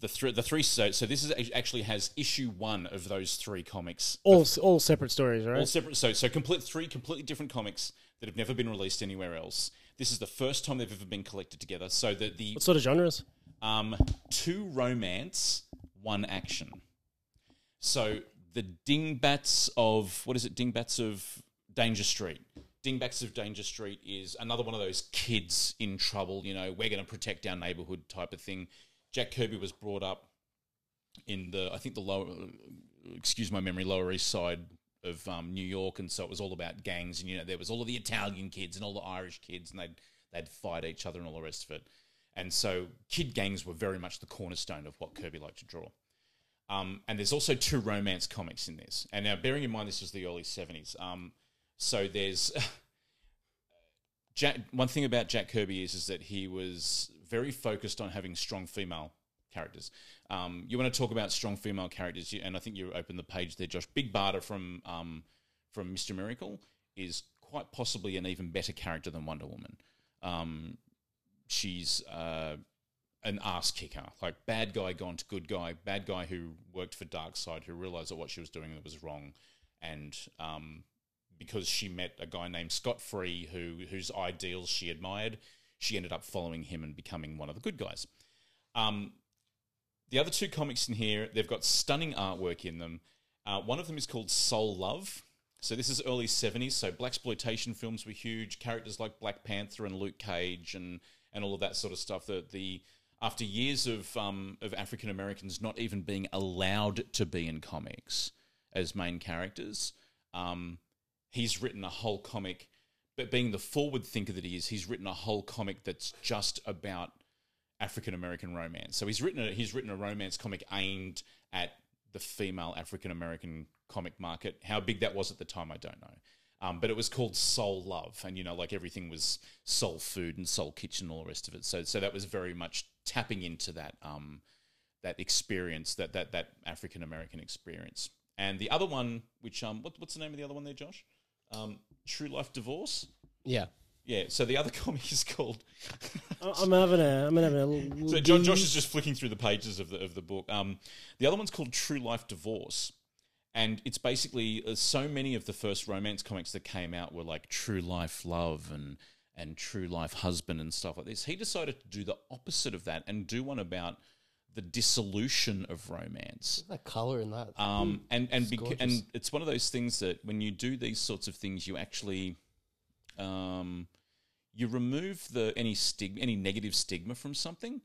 S2: The three the three so so this is ac- actually has issue one of those three comics
S1: All all separate stories, right?
S2: all separate. So, so complete three completely different comics that have never been released anywhere else. This is the first time they've ever been collected together. So the the
S1: what sort of genres?
S2: um, two romance, one action. So the Dingbats of what is it? Dingbats of Danger Street. Dingbats of Danger Street is another one of those kids in trouble. You know, we're going to protect our neighborhood type of thing. Jack Kirby was brought up in the I think the lower excuse my memory lower east side of um, New York and so it was all about gangs and you know there was all of the Italian kids and all the Irish kids and they'd they'd fight each other and all the rest of it and so kid gangs were very much the cornerstone of what Kirby liked to draw um, and there's also two romance comics in this and now bearing in mind this was the early 70s um, so there's Jack, one thing about Jack Kirby is is that he was very focused on having strong female characters. Um, you want to talk about strong female characters, you, and I think you opened the page there, Josh. Big Barda from um, from Mister Miracle is quite possibly an even better character than Wonder Woman. Um, she's uh, an ass kicker, like bad guy gone to good guy, bad guy who worked for Darkseid, who realized that what she was doing was wrong, and um, because she met a guy named Scott Free who whose ideals she admired, she ended up following him and becoming one of the good guys. Um, the other two comics in here, they've got stunning artwork in them. Uh, one of them is called Soul Love. So this is early seventies. So black exploitation films were huge. Characters like Black Panther and Luke Cage and and all of that sort of stuff. The the after years of um, of African Americans not even being allowed to be in comics as main characters, um, he's written a whole comic. But being the forward thinker that he is, he's written a whole comic that's just about African American romance. So he's written a, he's written a romance comic aimed at the female African American comic market. How big that was at the time, I don't know. Um, but it was called Soul Love, and you know, like everything was soul food and soul kitchen, and all the rest of it. So, so that was very much tapping into that um, that experience, that that that African American experience. And the other one, which um, what, what's the name of the other one there, Josh? Um, True Life Divorce.
S3: Yeah.
S2: Yeah. So the other comic is called
S1: I- I'm having a, I'm having a little.
S2: So John, Josh is just flicking through the pages of the of the book. Um, the other one's called True Life Divorce, and it's basically uh, so many of the first romance comics that came out were like True Life Love and and True Life Husband and stuff like this. He decided to do the opposite of that and do one about the dissolution of romance.
S4: That color in that.
S2: Um, and and beca-
S4: gorgeous.
S2: and it's one of those things that when you do these sorts of things, you actually, um, you remove the any stigma, any negative stigma from something.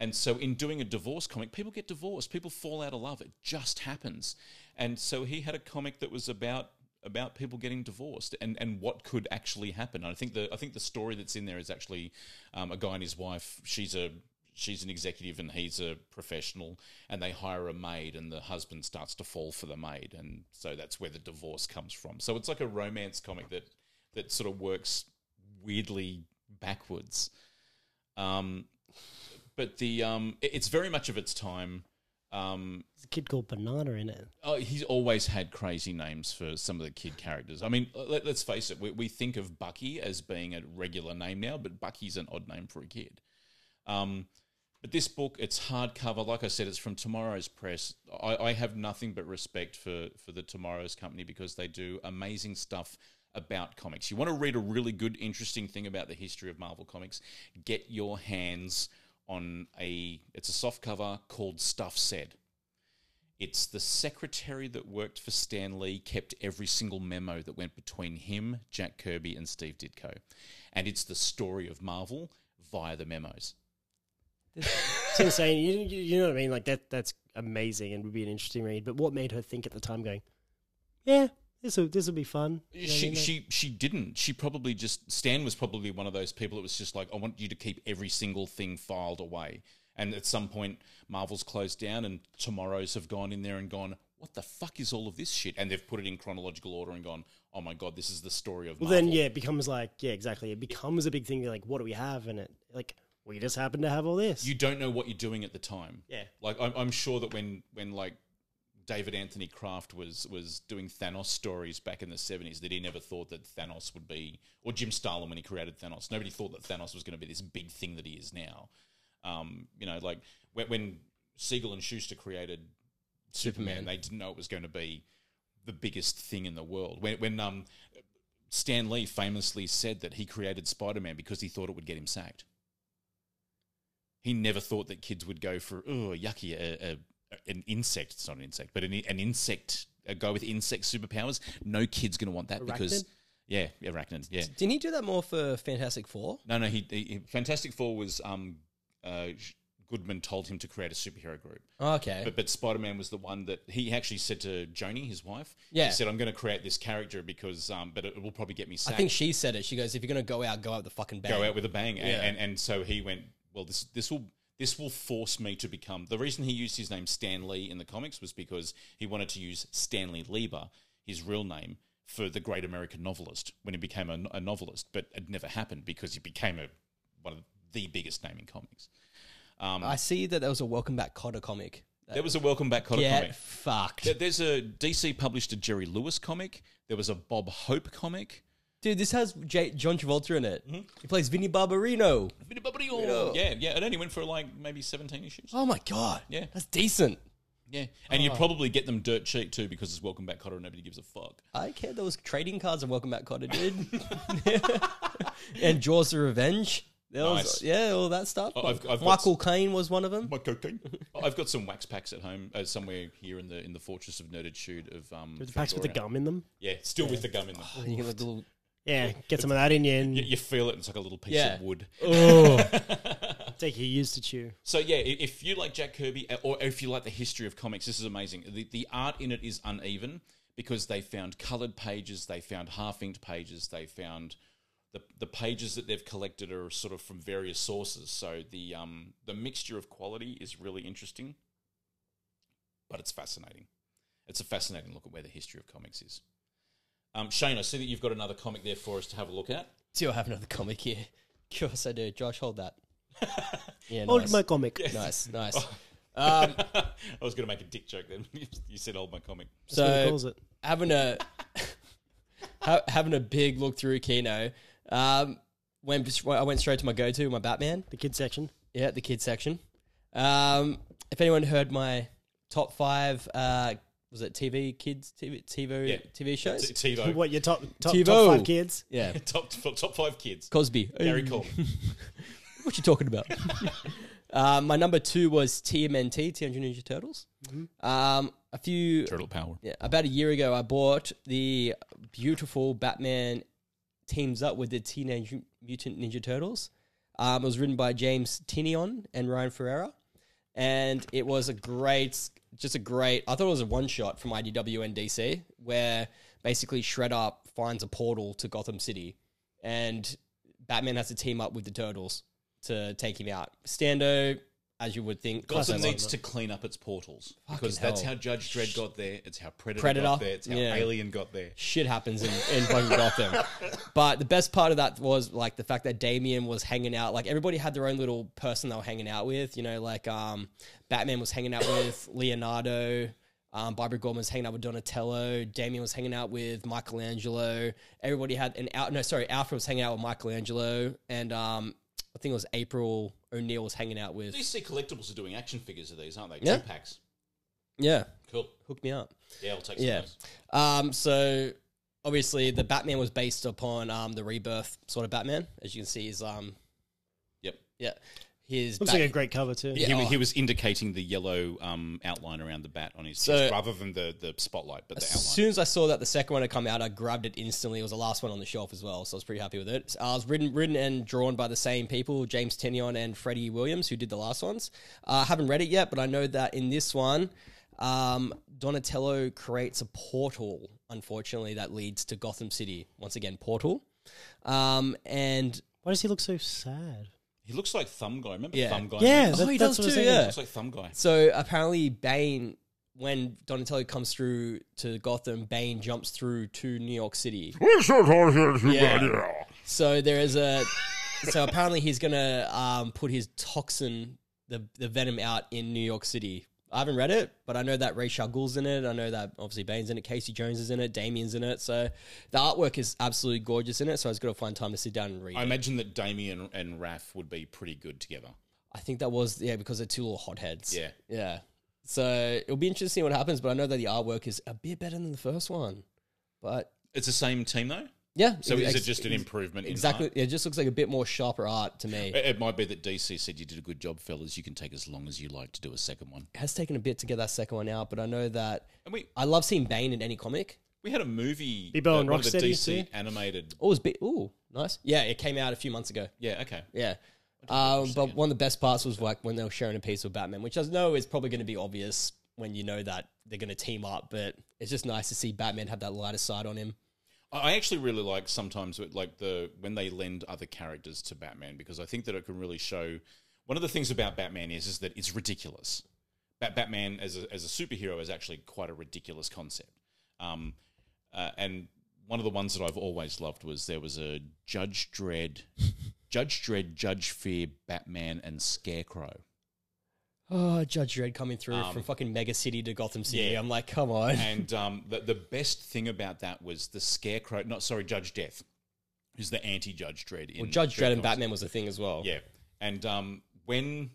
S2: And so, in doing a divorce comic, people get divorced, people fall out of love. It just happens. And so, he had a comic that was about about people getting divorced and, and what could actually happen. And I think the I think the story that's in there is actually um, a guy and his wife. She's a she's an executive and he's a professional, and they hire a maid, and the husband starts to fall for the maid, and so that's where the divorce comes from. So it's like a romance comic that that sort of works weirdly backwards. Um, but the um, it- it's very much of its time. Um,
S1: There's a kid called Banana in it.
S2: oh, he's always had crazy names for some of the kid characters. I mean, let, let's face it, we, we think of Bucky as being a regular name now, but Bucky's an odd name for a kid. Um, but this book, it's hardcover. Like I said, it's from Tomorrow's Press. I, I have nothing but respect for for the Tomorrow's company because they do amazing stuff about comics. You want to read a really good, interesting thing about the history of Marvel comics? Get your hands on a. It's a soft cover called Stuff Said. It's the secretary that worked for Stan Lee kept every single memo that went between him, Jack Kirby, and Steve Ditko. And it's the story of Marvel via the memos.
S1: It's insane. You, you you know what I mean? Like that. That's amazing and would be an interesting read. But what made her think at the time, going, yeah, this will this will be fun. You know what I
S2: she
S1: mean? Like,
S2: she she didn't. She probably just Stan was probably one of those people that was just like, I want you to keep every single thing filed away. And at some point, Marvel's closed down, and Tomorrow's have gone in there and gone, what the fuck is all of this shit? And they've put it in chronological order and gone, oh my god, this is the story of.
S1: Well,
S2: Marvel.
S1: then yeah, it becomes like yeah, exactly. It becomes a big thing. You're like, what do we have? And it like we just happen to have all this.
S2: you don't know what you're doing at the time.
S1: Yeah.
S2: Like I'm, I'm sure that when when like David Anthony Kraft was was doing Thanos stories back in the 70s that he never thought that Thanos would be or Jim Starlin when he created Thanos. Nobody thought that Thanos was going to be this big thing that he is now. Um, you know, like when, when Siegel and Schuster created Superman, they didn't know it was going to be the biggest thing in the world. When when um Stan Lee famously said that he created Spider-Man because he thought it would get him sacked he never thought that kids would go for oh yucky a, a, an insect. It's not an insect, but an, an insect. A guy with insect superpowers. No kid's going to want that because
S1: Arachnid?
S2: yeah, arachnid. Yeah,
S3: Didn't he do that more for Fantastic Four?
S2: no, no. He, he Fantastic Four was um, uh, Goodman told him to create a superhero group.
S3: Oh, Okay.
S2: But, but Spider Man was the one that he actually said to Joni, his wife.
S3: Yeah.
S2: He said, I'm going to create this character because, um, but it, will probably get me
S3: I
S2: sacked.
S3: think she said it. She goes, if you're going to go out, go out with the fucking bang.
S2: go out with a bang. And,
S3: Yeah.
S2: and and so he went, well, this this will this will force me to become. The reason he used his name Stan Lee in the comics was because he wanted to use Stanley Lieber, his real name, for the great American novelist when he became a, a novelist. But it never happened because he became a one of the biggest name in comics.
S3: I see that there was a Welcome Back Cotter comic.
S2: There was a welcome back Cotter
S3: Get
S2: comic.
S3: fucked.
S2: There- There's a DC published a Jerry Lewis comic. There was a Bob Hope comic.
S3: Dude, this has J- John Travolta in it.
S2: Mm-hmm.
S3: He plays Vinny Barbarino.
S2: Yeah, yeah. It only went for like maybe 17 issues.
S3: Oh my god.
S2: Yeah.
S3: That's decent.
S2: Yeah, and you probably get them dirt cheap too because it's Welcome Back Cotter and nobody gives a fuck.
S3: I don't care those trading cards of Welcome Back Cotter, dude. and Jaws of Revenge. There
S2: Nice.
S3: was- yeah, all that stuff.
S2: Oh, I've- I've got
S3: Michael Caine was one of them.
S2: My cocaine. I've got some wax packs at home uh, somewhere here in the in the fortress of Nerditude of um.
S1: the packs with the
S2: Victoria.
S1: gum in them.
S2: Yeah, still with the gum in them.
S3: And you get like little
S1: Yeah, get some of that in you. And
S2: You, you feel it. It's like a little piece
S3: Yeah.
S2: of wood.
S1: Take you years to chew.
S2: So yeah, i- if you like Jack Kirby, uh, or if you like the history of comics, this is amazing. The, the art in it is uneven because they found colored pages, they found half-inked pages, they found the the pages that they've collected are sort of from various sources. So the um the mixture of quality is really interesting, but it's fascinating. It's a fascinating look at where the history of comics is. Um, Shane, I see that you've got another comic there for us to have a look at.
S3: Do I have another comic here? Of course I do. Josh, hold that. Yeah,
S1: Old
S3: nice.
S1: my comic.
S3: nice,
S1: Oh,
S3: nice.
S2: I was going to make a dick joke then. you said "Old my comic."
S1: That's what he
S3: So-
S1: calls it.
S3: having a ha- having a big look through Kino. Um, when I went straight to my go-to, my Batman.
S1: The kid section.
S3: Yeah, the kids section. Um, if anyone heard my top five, uh, was it TV kids TV TV,
S2: Yeah.
S3: TV shows?
S2: T- TiVo.
S1: What your top top,
S3: TiVo.
S1: top five kids?
S3: yeah,
S2: top top top five kids.
S3: Cosby.
S2: Gary Coleman.
S3: What you talking about? uh, my number two was TMNT, Teenage Ninja Turtles.
S2: Mm-hmm.
S3: Um, a few
S2: Turtle Power.
S3: Yeah, about a year ago, I bought the beautiful Batman teams up with the Teenage Mutant Ninja Turtles. Um, it was written by James Tinion and Ryan Ferreira, and it was a great, just a great. I thought it was a one shot from IDW and DC, where basically Shredder finds a portal to Gotham City, and Batman has to team up with the Turtles to take him out. Stando, as you would think,
S2: Gotham
S3: classic-
S2: needs to clean up its portals because
S3: Fucking
S2: that's
S3: hell.
S2: how Judge Dredd got there. It's how Predator, got
S3: Predator,
S2: there. It's how
S3: yeah.
S2: Alien got there.
S3: shit happens in, in fucking Gotham. But the best part of that was like the fact that Damien was hanging out. Like everybody had their own little person they were hanging out with. You know, like um, Batman was hanging out with Leonardo. Um, Barbara Gordon was hanging out with Donatello. Damien was hanging out with Michelangelo. Everybody had an out. No, sorry, Alfred was hanging out with Michelangelo, and um, I think it was April O'Neil was hanging out with.
S2: DC collectibles are doing action figures of these, aren't they?
S3: Yeah.
S2: Two packs.
S3: Yeah,
S2: Cool.
S3: hook me up.
S2: Yeah, I'll take some
S3: Yeah.
S2: of those.
S3: Um, so obviously the Batman was based upon um, the rebirth sort of Batman, as you can see. Is um,
S2: Yep.
S3: yeah, his
S1: Looks
S3: Bat-
S1: like a great cover too.
S3: Yeah.
S2: He, wa-
S3: oh.
S2: he was indicating the yellow um, outline around the bat on his
S3: So-
S2: chest rather than the, the spotlight, but the outline.
S3: As soon as I saw that the second one had come out, I grabbed it instantly. It was the last one on the shelf as well, so I was pretty happy with it. I was written, written and drawn by the same people, James Tennion and Freddie Williams, who did the last ones. Uh, I haven't read it yet, but I know that in this one, um, Donatello creates a portal, unfortunately, that leads to Gotham City. Once again, portal. Um, and
S1: Why does he look so sad?
S2: he looks like Thumb Guy. Remember
S3: Yeah.
S2: Thumb Guy?
S1: Yeah,
S2: oh, He
S1: that-
S3: he
S1: that's
S3: does
S1: what I was
S3: too,
S1: thinking.
S3: yeah.
S2: looks like Thumb Guy.
S3: So apparently, Bane, when Donatello comes through to Gotham, Bane jumps through to New York City. yeah. So there is a. So apparently, he's gonna um, put his toxin, the the venom, out in New York City. I haven't read it, but I know that Ray Ghul's in it. I know that obviously Bane's in it, Casey Jones is in it, Damien's in it. So the artwork is absolutely gorgeous in it. So I was gonna find time to sit down and read.
S2: I
S3: it.
S2: imagine that Damien and Raph would be pretty good together.
S3: I think that was yeah because they're two little hotheads.
S2: Yeah.
S3: yeah. So it'll be interesting what happens, but I know that the artwork is a bit better than the first one. But
S2: It's the same team though.
S3: yeah,
S2: So is it
S3: ex-
S2: just an improvement? in
S3: Exactly,
S2: art?
S3: it just looks like a bit more sharper art to me. It
S2: It, it might be that DC said you did a good job, fellas. You can take as long as you like to do a second one.
S3: has taken a bit to get that second one out, but I know that
S2: And we
S3: I love seeing Bane in any comic.
S2: we had a movie.
S1: Bebo and
S2: one of the
S1: Rocksteady,
S2: DC
S1: too.
S2: animated.
S3: Oh, it's be ooh nice. Yeah, it came out a few months ago.
S2: Yeah, okay.
S3: Yeah. Um, but one of the best parts was like when they were sharing a piece with Batman, which I know is probably going to be obvious when you know that they're going to team up, but it's just nice to see Batman have that lighter side on him.
S2: I I actually really like sometimes with, like the when they lend other characters to Batman because I think that it can really show. One of the things about Batman is is that it's ridiculous. Bat- Batman as a, as a superhero is actually quite a ridiculous concept. Um, uh, and one of the ones that I've always loved was there was a Judge Dredd, Judge Dredd, Judge Fear, Batman, and Scarecrow.
S3: Oh, Judge Dredd coming through
S2: Um,
S3: from fucking mega city to Gotham City.
S2: yeah.
S3: I'm like, come on.
S2: and um, the, the best thing about that was the scarecrow. Not sorry, Judge Death, who's the anti-Judge Dredd. In
S3: Well, Judge Dredd
S2: Comics.
S3: and Batman was a thing as well.
S2: Yeah, and um, when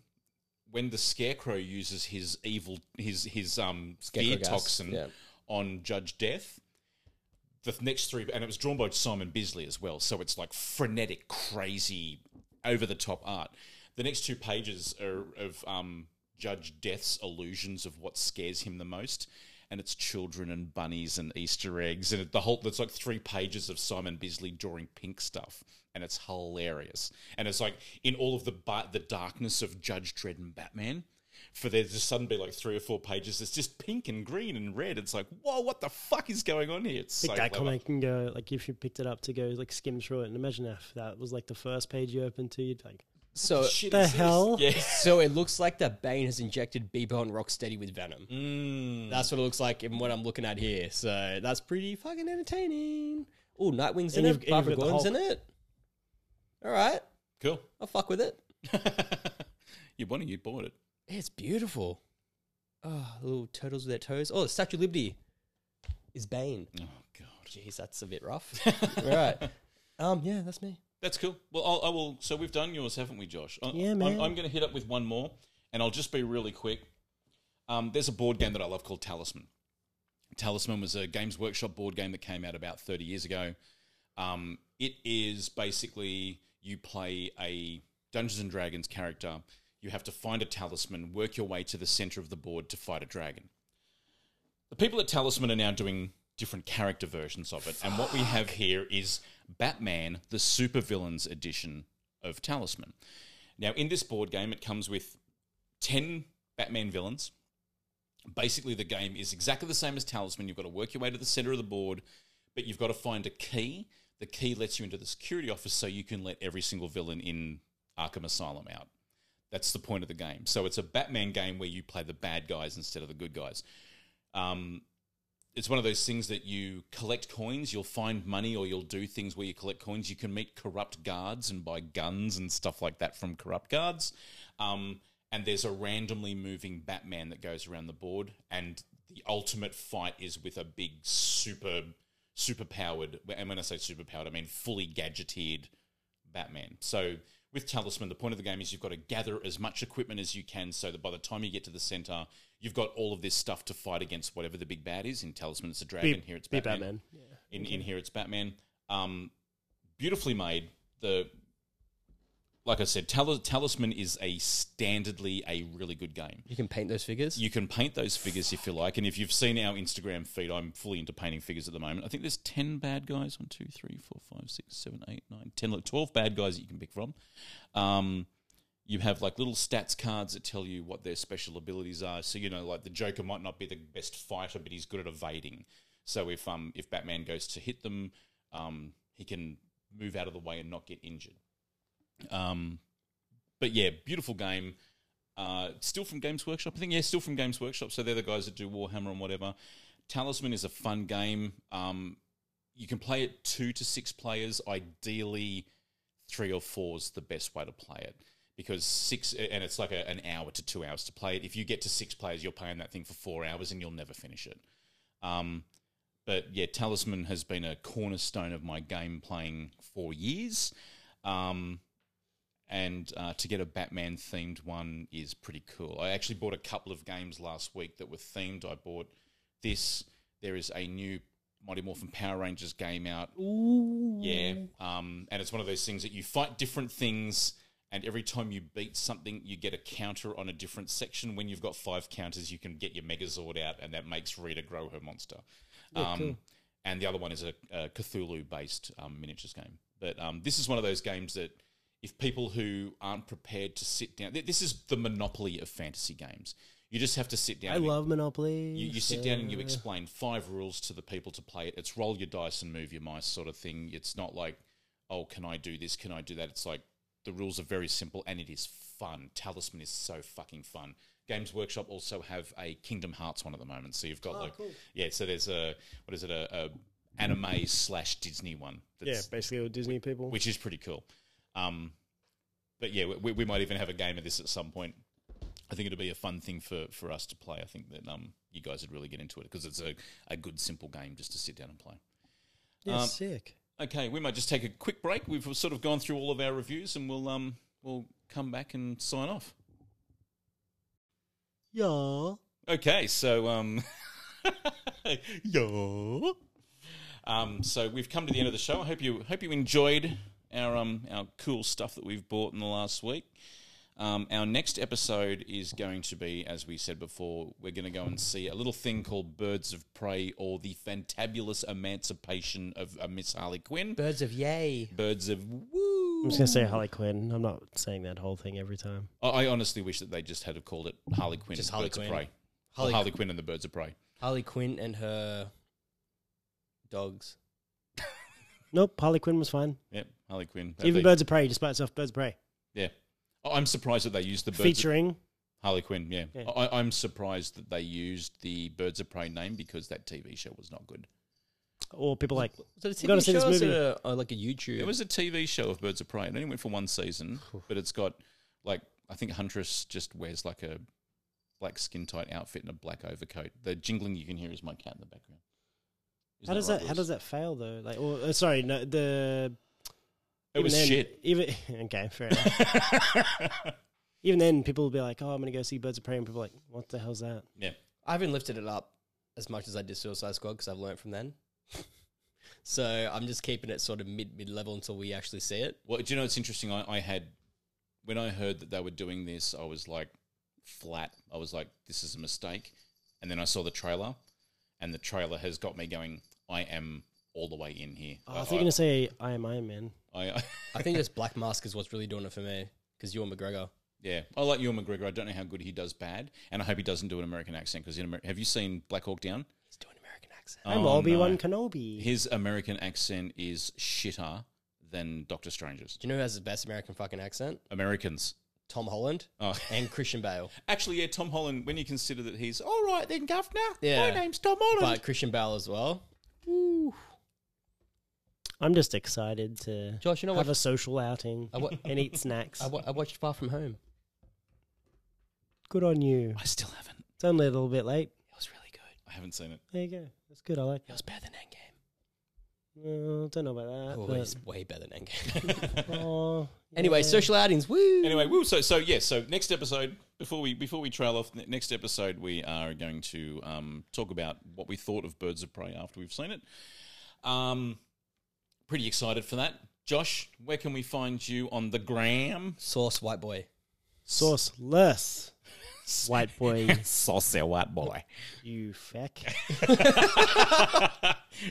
S2: when the scarecrow uses his evil his his um
S3: Scarecrow
S2: fear
S3: gas,
S2: toxin
S3: yeah.
S2: on Judge Death. The next three, and it was drawn by Simon Bisley as well, so it's like frenetic, crazy, over the top art. The next two pages are of um, Judge Death's illusions of what scares him the most, and it's children and bunnies and Easter eggs and it, the whole. That's like three pages of Simon Bisley drawing pink stuff, and it's hilarious. And it's like in all of the bu- the darkness of Judge Dredd and Batman. For there to suddenly be like three or four pages, it's just pink and green and red. It's like, whoa, what the fuck is going on here? It's so
S1: Pick that
S2: clever.
S1: comic and go like if you picked it up to go like skim through it and imagine if that was like the first page you opened to, you'd be like
S3: So
S2: Shit
S1: the
S2: is this?
S1: hell.
S2: Yeah.
S3: so it looks like that Bane has injected Bieber and Rocksteady with venom.
S2: Mm.
S3: That's what it looks like in what I'm looking at here. So that's pretty fucking entertaining. Oh, Nightwing's in
S1: And
S3: it.
S1: you've- and
S3: Barbara
S1: you've got the
S3: Gordon's in it. All right,
S2: Cool.
S3: I'll fuck with it.
S2: you bought it. You bought it.
S3: It's beautiful. Oh, little turtles with their toes. Oh, the Statue of Liberty is Bane.
S2: Oh god,
S3: Jeez, that's a bit rough. All right. Um, yeah, that's me.
S2: that's cool. Well, I'll, I will. So we've done yours, haven't we, Josh? I,
S1: Yeah,
S2: I'm-
S1: man.
S2: I'm, going to hit up with one more, and I'll just be really quick. Um, there's a board game that I love called Talisman. Talisman was a Games Workshop board game that came out about 30 years ago. Um, it is basically you play a Dungeons and Dragons character. You have to find a talisman, work your way to the center of the board to fight a dragon. The people at Talisman are now doing different character versions of it, and what we have here is Batman: The Supervillains Edition of Talisman. Now, in this board game, it comes with ten Batman villains. Basically, the game is exactly the same as Talisman. You've got to work your way to the center of the board, but you've got to find a key. The key lets you into the security office so you can let every single villain in Arkham Asylum out. That's the point of the game. So it's a Batman game where you play the bad guys instead of the good guys. Um, it's one of those things that you collect coins, you'll find money, or you'll do things where you collect coins. You can meet corrupt guards and buy guns and stuff like that from corrupt guards. Um, and there's a randomly moving Batman that goes around the board, and the ultimate fight is with a big super super powered. And when I say super powered, I mean fully gadgeteered Batman. So with Talisman, the point of the game is you've got to gather as much equipment as you can so that by the time you get to the center, you've got all of this stuff to fight against whatever the big bad is. In Talisman, it's a dragon. Here, it's
S1: be
S2: Batman.
S1: Batman.
S2: In, in here, it's Batman. Um, beautifully made. The like I said, Tal- Talisman is a standardly a really good game.
S3: You can paint those figures.
S2: You can paint those figures if you like. And if you've seen our Instagram feed, I'm fully into painting figures at the moment. I think there's 10 bad guys one, two, three, four, five, six, seven, eight, nine, 10, like 12 bad guys that you can pick from. Um, you have like little stats cards that tell you what their special abilities are. So, you know, like the Joker might not be the best fighter, but he's good at evading. So if, um, if Batman goes to hit them, um, he can move out of the way and not get injured. Um, but yeah, beautiful game. Uh, still from Games Workshop, I think. Yeah, still from Games Workshop. So they're the guys that do Warhammer and whatever. Talisman is a fun game. Um, you can play it two to six players. Ideally, three or four is the best way to play it because six and it's like a, an hour to two hours to play it. If you get to six players, you're playing that thing for four hours and you'll never finish it. Um, but yeah, Talisman has been a cornerstone of my game playing for years. Um, and uh, to get a Batman themed one is pretty cool. I actually bought a couple of games last week that were themed. I bought this. There is a new Mighty Morphin Power Rangers game out. Ooh. Yeah. Um, and it's one of those things that you fight different things, and every time you beat something, you get a counter on a different section. When you've got five counters, you can get your Megazord out, and that makes Rita grow her monster. Um, And the other one is a, a Cthulhu based um, miniatures game. But um, this is one of those games that if people who aren't prepared to sit down, th- this is the monopoly of fantasy games. You just have to sit down.
S1: I
S2: and
S1: love Monopoly.
S2: you, you sit down and you explain five rules to the people to play it. It's roll your dice and move your mice sort of thing. It's not like, oh, can I do this? Can I do that? It's like the rules are very simple and it is fun. Talisman is so fucking fun. Games Workshop also have a Kingdom Hearts one at the moment. So you've got like, yeah. So there's a what is it a, a anime slash Disney one.
S1: yeah, basically all Disney people.
S2: which is pretty cool. Um, but yeah, we, we might even have a game of this at some point. I think it'll be a fun thing for, for us to play. I think that um, you guys would really get into it because it's a, a good, simple game just to sit down and play.
S1: yeah,
S2: um,
S1: sick.
S2: Okay, we might just take a quick break. We've sort of gone through all of our reviews and we'll, um, we'll come back and sign off.
S1: Yeah.
S2: Okay, so um, yeah. Um, so we've come to the end of the show. I hope you hope you enjoyed our um our cool stuff that we've bought in the last week. Um, our next episode is going to be, as we said before, we're going to go and see a little thing called Birds of Prey or the Fantabulous Emancipation of uh, Miss Harley Quinn.
S3: Birds of Yay.
S2: Birds of Woo.
S1: I'm just gonna say Harley Quinn. I'm not saying that whole thing every time.
S2: I, I honestly wish that they just had have called it Harley Quinn
S3: Just
S2: and
S3: Harley
S2: Birds
S3: Quinn.
S2: of Prey. Or
S3: Harley,
S2: Harley Quinn and the Birds of Prey.
S3: Harley Quinn and her dogs.
S1: Nope, Harley Quinn was fine.
S2: Yep, Harley Quinn.
S1: Even
S2: They-
S1: Birds of Prey, despite itself, Birds of Prey
S2: Yeah. I- I'm surprised that they used the Birds of
S1: featuring
S2: Harley Quinn, yeah.
S1: Yeah.
S2: I, I'm surprised that they used the Birds of Prey name because that TV show was not good.
S1: or people like
S3: Was it a
S1: gotta
S3: TV
S1: see
S3: show
S1: this
S3: or was it
S1: movie.
S3: a, or like a YouTube?
S2: It was a TV show of Birds of Prey. It only went for one season, but it's got like I think Huntress just wears like a black skin tight outfit and a black overcoat. The jingling you can hear is my cat in the background. Isn't
S1: how does
S2: right,
S1: that how
S2: Lewis?
S1: does that fail though? Like, or uh, sorry, no, the
S2: It was shit.
S1: Even okay, fair enough. even then, people will be like, "Oh, I'm gonna go see Birds of Prey," and people are like, "What the hell's that?"
S2: Yeah.
S3: I haven't lifted it up as much as I did Suicide Squad because I've learned from then. so I'm just keeping it sort of mid mid level until we actually see it.
S2: Well, do you know it's interesting? I, I had when I heard that they were doing this, I was like flat. I was like, this is a mistake. And then I saw the trailer, and the trailer has got me going. I am all the way in here.
S1: Oh,
S2: I,
S1: I thought you were gonna say I am Iron Man.
S2: I- I-
S3: I think this Black Mask is what's really doing it for me because you're McGregor.
S2: yeah, I like Ewan McGregor. I don't know how good he does bad, and I hope he doesn't do an American accent because in Amer- have you seen Black Hawk Down?
S3: He's doing American accent.
S1: I'm
S2: Oh,
S1: Obi Wan
S2: no.
S1: Kenobi.
S2: His American accent is shitter than Doctor Strange's.
S3: Do you know who has the best American fucking accent?
S2: Americans.
S3: Tom Holland
S2: Oh.
S3: and Christian Bale.
S2: Actually, yeah, Tom Holland. When you consider that he's all right, then Governor.
S3: Yeah.
S2: My name's Tom Holland.
S3: But Christian Bale as well.
S1: I'm just excited to
S3: Josh, you know
S1: have
S3: what?
S1: a social outing
S3: I wa-
S1: and eat snacks.
S3: I wa- I watched Far From Home.
S1: good on you.
S2: I still haven't.
S1: It's only a little bit late.
S3: It was really good.
S2: I haven't seen it.
S1: There you go. That's good. I like.
S3: It was better than Endgame.
S1: Uh, don't know about that.
S3: Oh,
S1: but-
S3: it's way better than Endgame.
S1: Oh,
S3: anyway,
S1: yeah.
S3: social outings. Woo!
S2: Anyway, woo, so so yeah, so next episode before we before we trail off, ne- next episode we are going to um, talk about what we thought of Birds of Prey after we've seen it. Um, pretty excited for that. Josh, where can we find you on the gram?
S3: Sauce White Boy.
S1: sauceless white boy.
S2: Saucy white boy.
S1: you feck.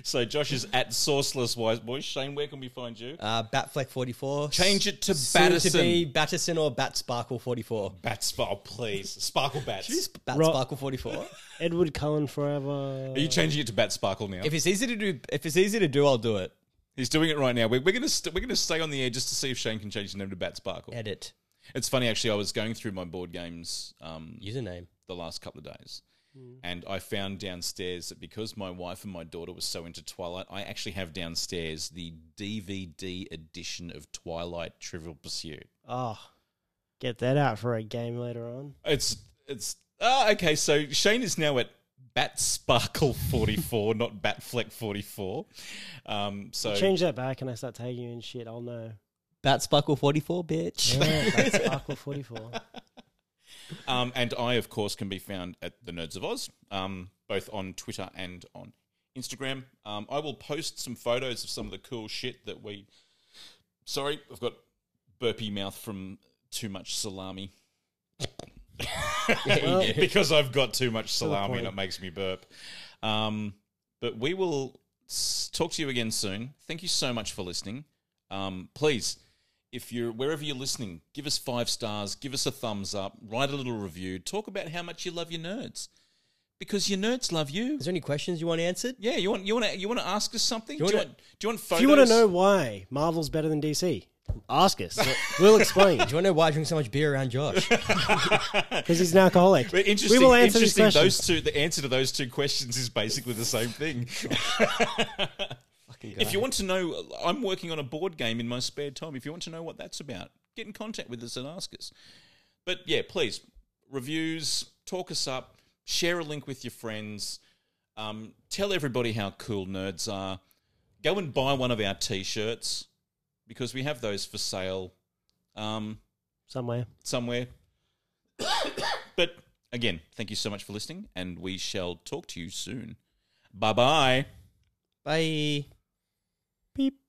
S2: So Josh is at Sauceless Wise Boy. Shane, where can we find you?
S3: Uh, Batfleck44.
S2: Change it to
S3: Soon To be
S2: Battison.
S3: Battison or Bat Sparkle 44.
S2: Bat Sparkle, please. Sparkle Bats.
S3: Bat
S1: Ro-
S3: Sparkle 44.
S1: Edward Cullen forever.
S2: Are you changing it to Bat Sparkle now?
S3: if it's easy to do, if it's easy to do, I'll do it.
S2: He's doing it right now. We're, we're gonna st- we're gonna stay on the air just to see if Shane can change his name to Bat Sparkle.
S3: Edit.
S2: It's funny actually. I was going through my board games um,
S3: Username.
S2: the last couple of days, and I found downstairs that because my wife and my daughter were so into Twilight, I actually have downstairs the DVD edition of Twilight Trivial Pursuit.
S1: Oh, get that out for a game later on.
S2: It's it's ah okay. So Shane is now at Bat Sparkle forty four, not Batfleck forty four. Um, so
S1: Change that back and I start tagging you and shit. I'll know.
S3: Bat Sparkle 44, bitch.
S1: Yeah, that's Sparkle 44.
S2: Um, and I, of course, can be found at the Nerds of Oz, um, both on Twitter and on Instagram. Um, I will post some photos of some of the cool shit that we. Sorry, I've got burpy mouth from too much salami. because I've got too much salami and
S1: point.
S2: it makes me burp. Um, but we will s- talk to you again soon. Thank you so much for listening. Um, please, if you're wherever you're listening, give us five stars, give us a thumbs up, write a little review, talk about how much you love your nerds because your nerds love you.
S3: Is there any questions you want answered?
S2: Yeah, you want you want to you want to ask us something?
S3: You
S2: do, you
S3: wanna-
S2: want, do you want
S1: if
S2: photos?
S1: you want to know why Marvel's better than DC, ask us. We'll explain
S3: Do you want to know why I drink so much beer around Josh?
S1: because he's an alcoholic.
S2: But interesting,
S1: we will answer these
S2: interesting
S1: questions.
S2: those two the answer to those two questions is basically the same thing. if you want to know I'm working on a board game in my spare time. If you want to know what that's about, get in contact with us and ask us. But yeah, please reviews, talk us up, share a link with your friends, um, tell everybody how cool nerds are. Go and buy one of our t-shirts because we have those for sale. Um,
S1: Somewhere.
S2: somewhere. but again, thank you so much for listening, and we shall talk to you soon. Bye bye.
S3: Bye.
S1: Beep.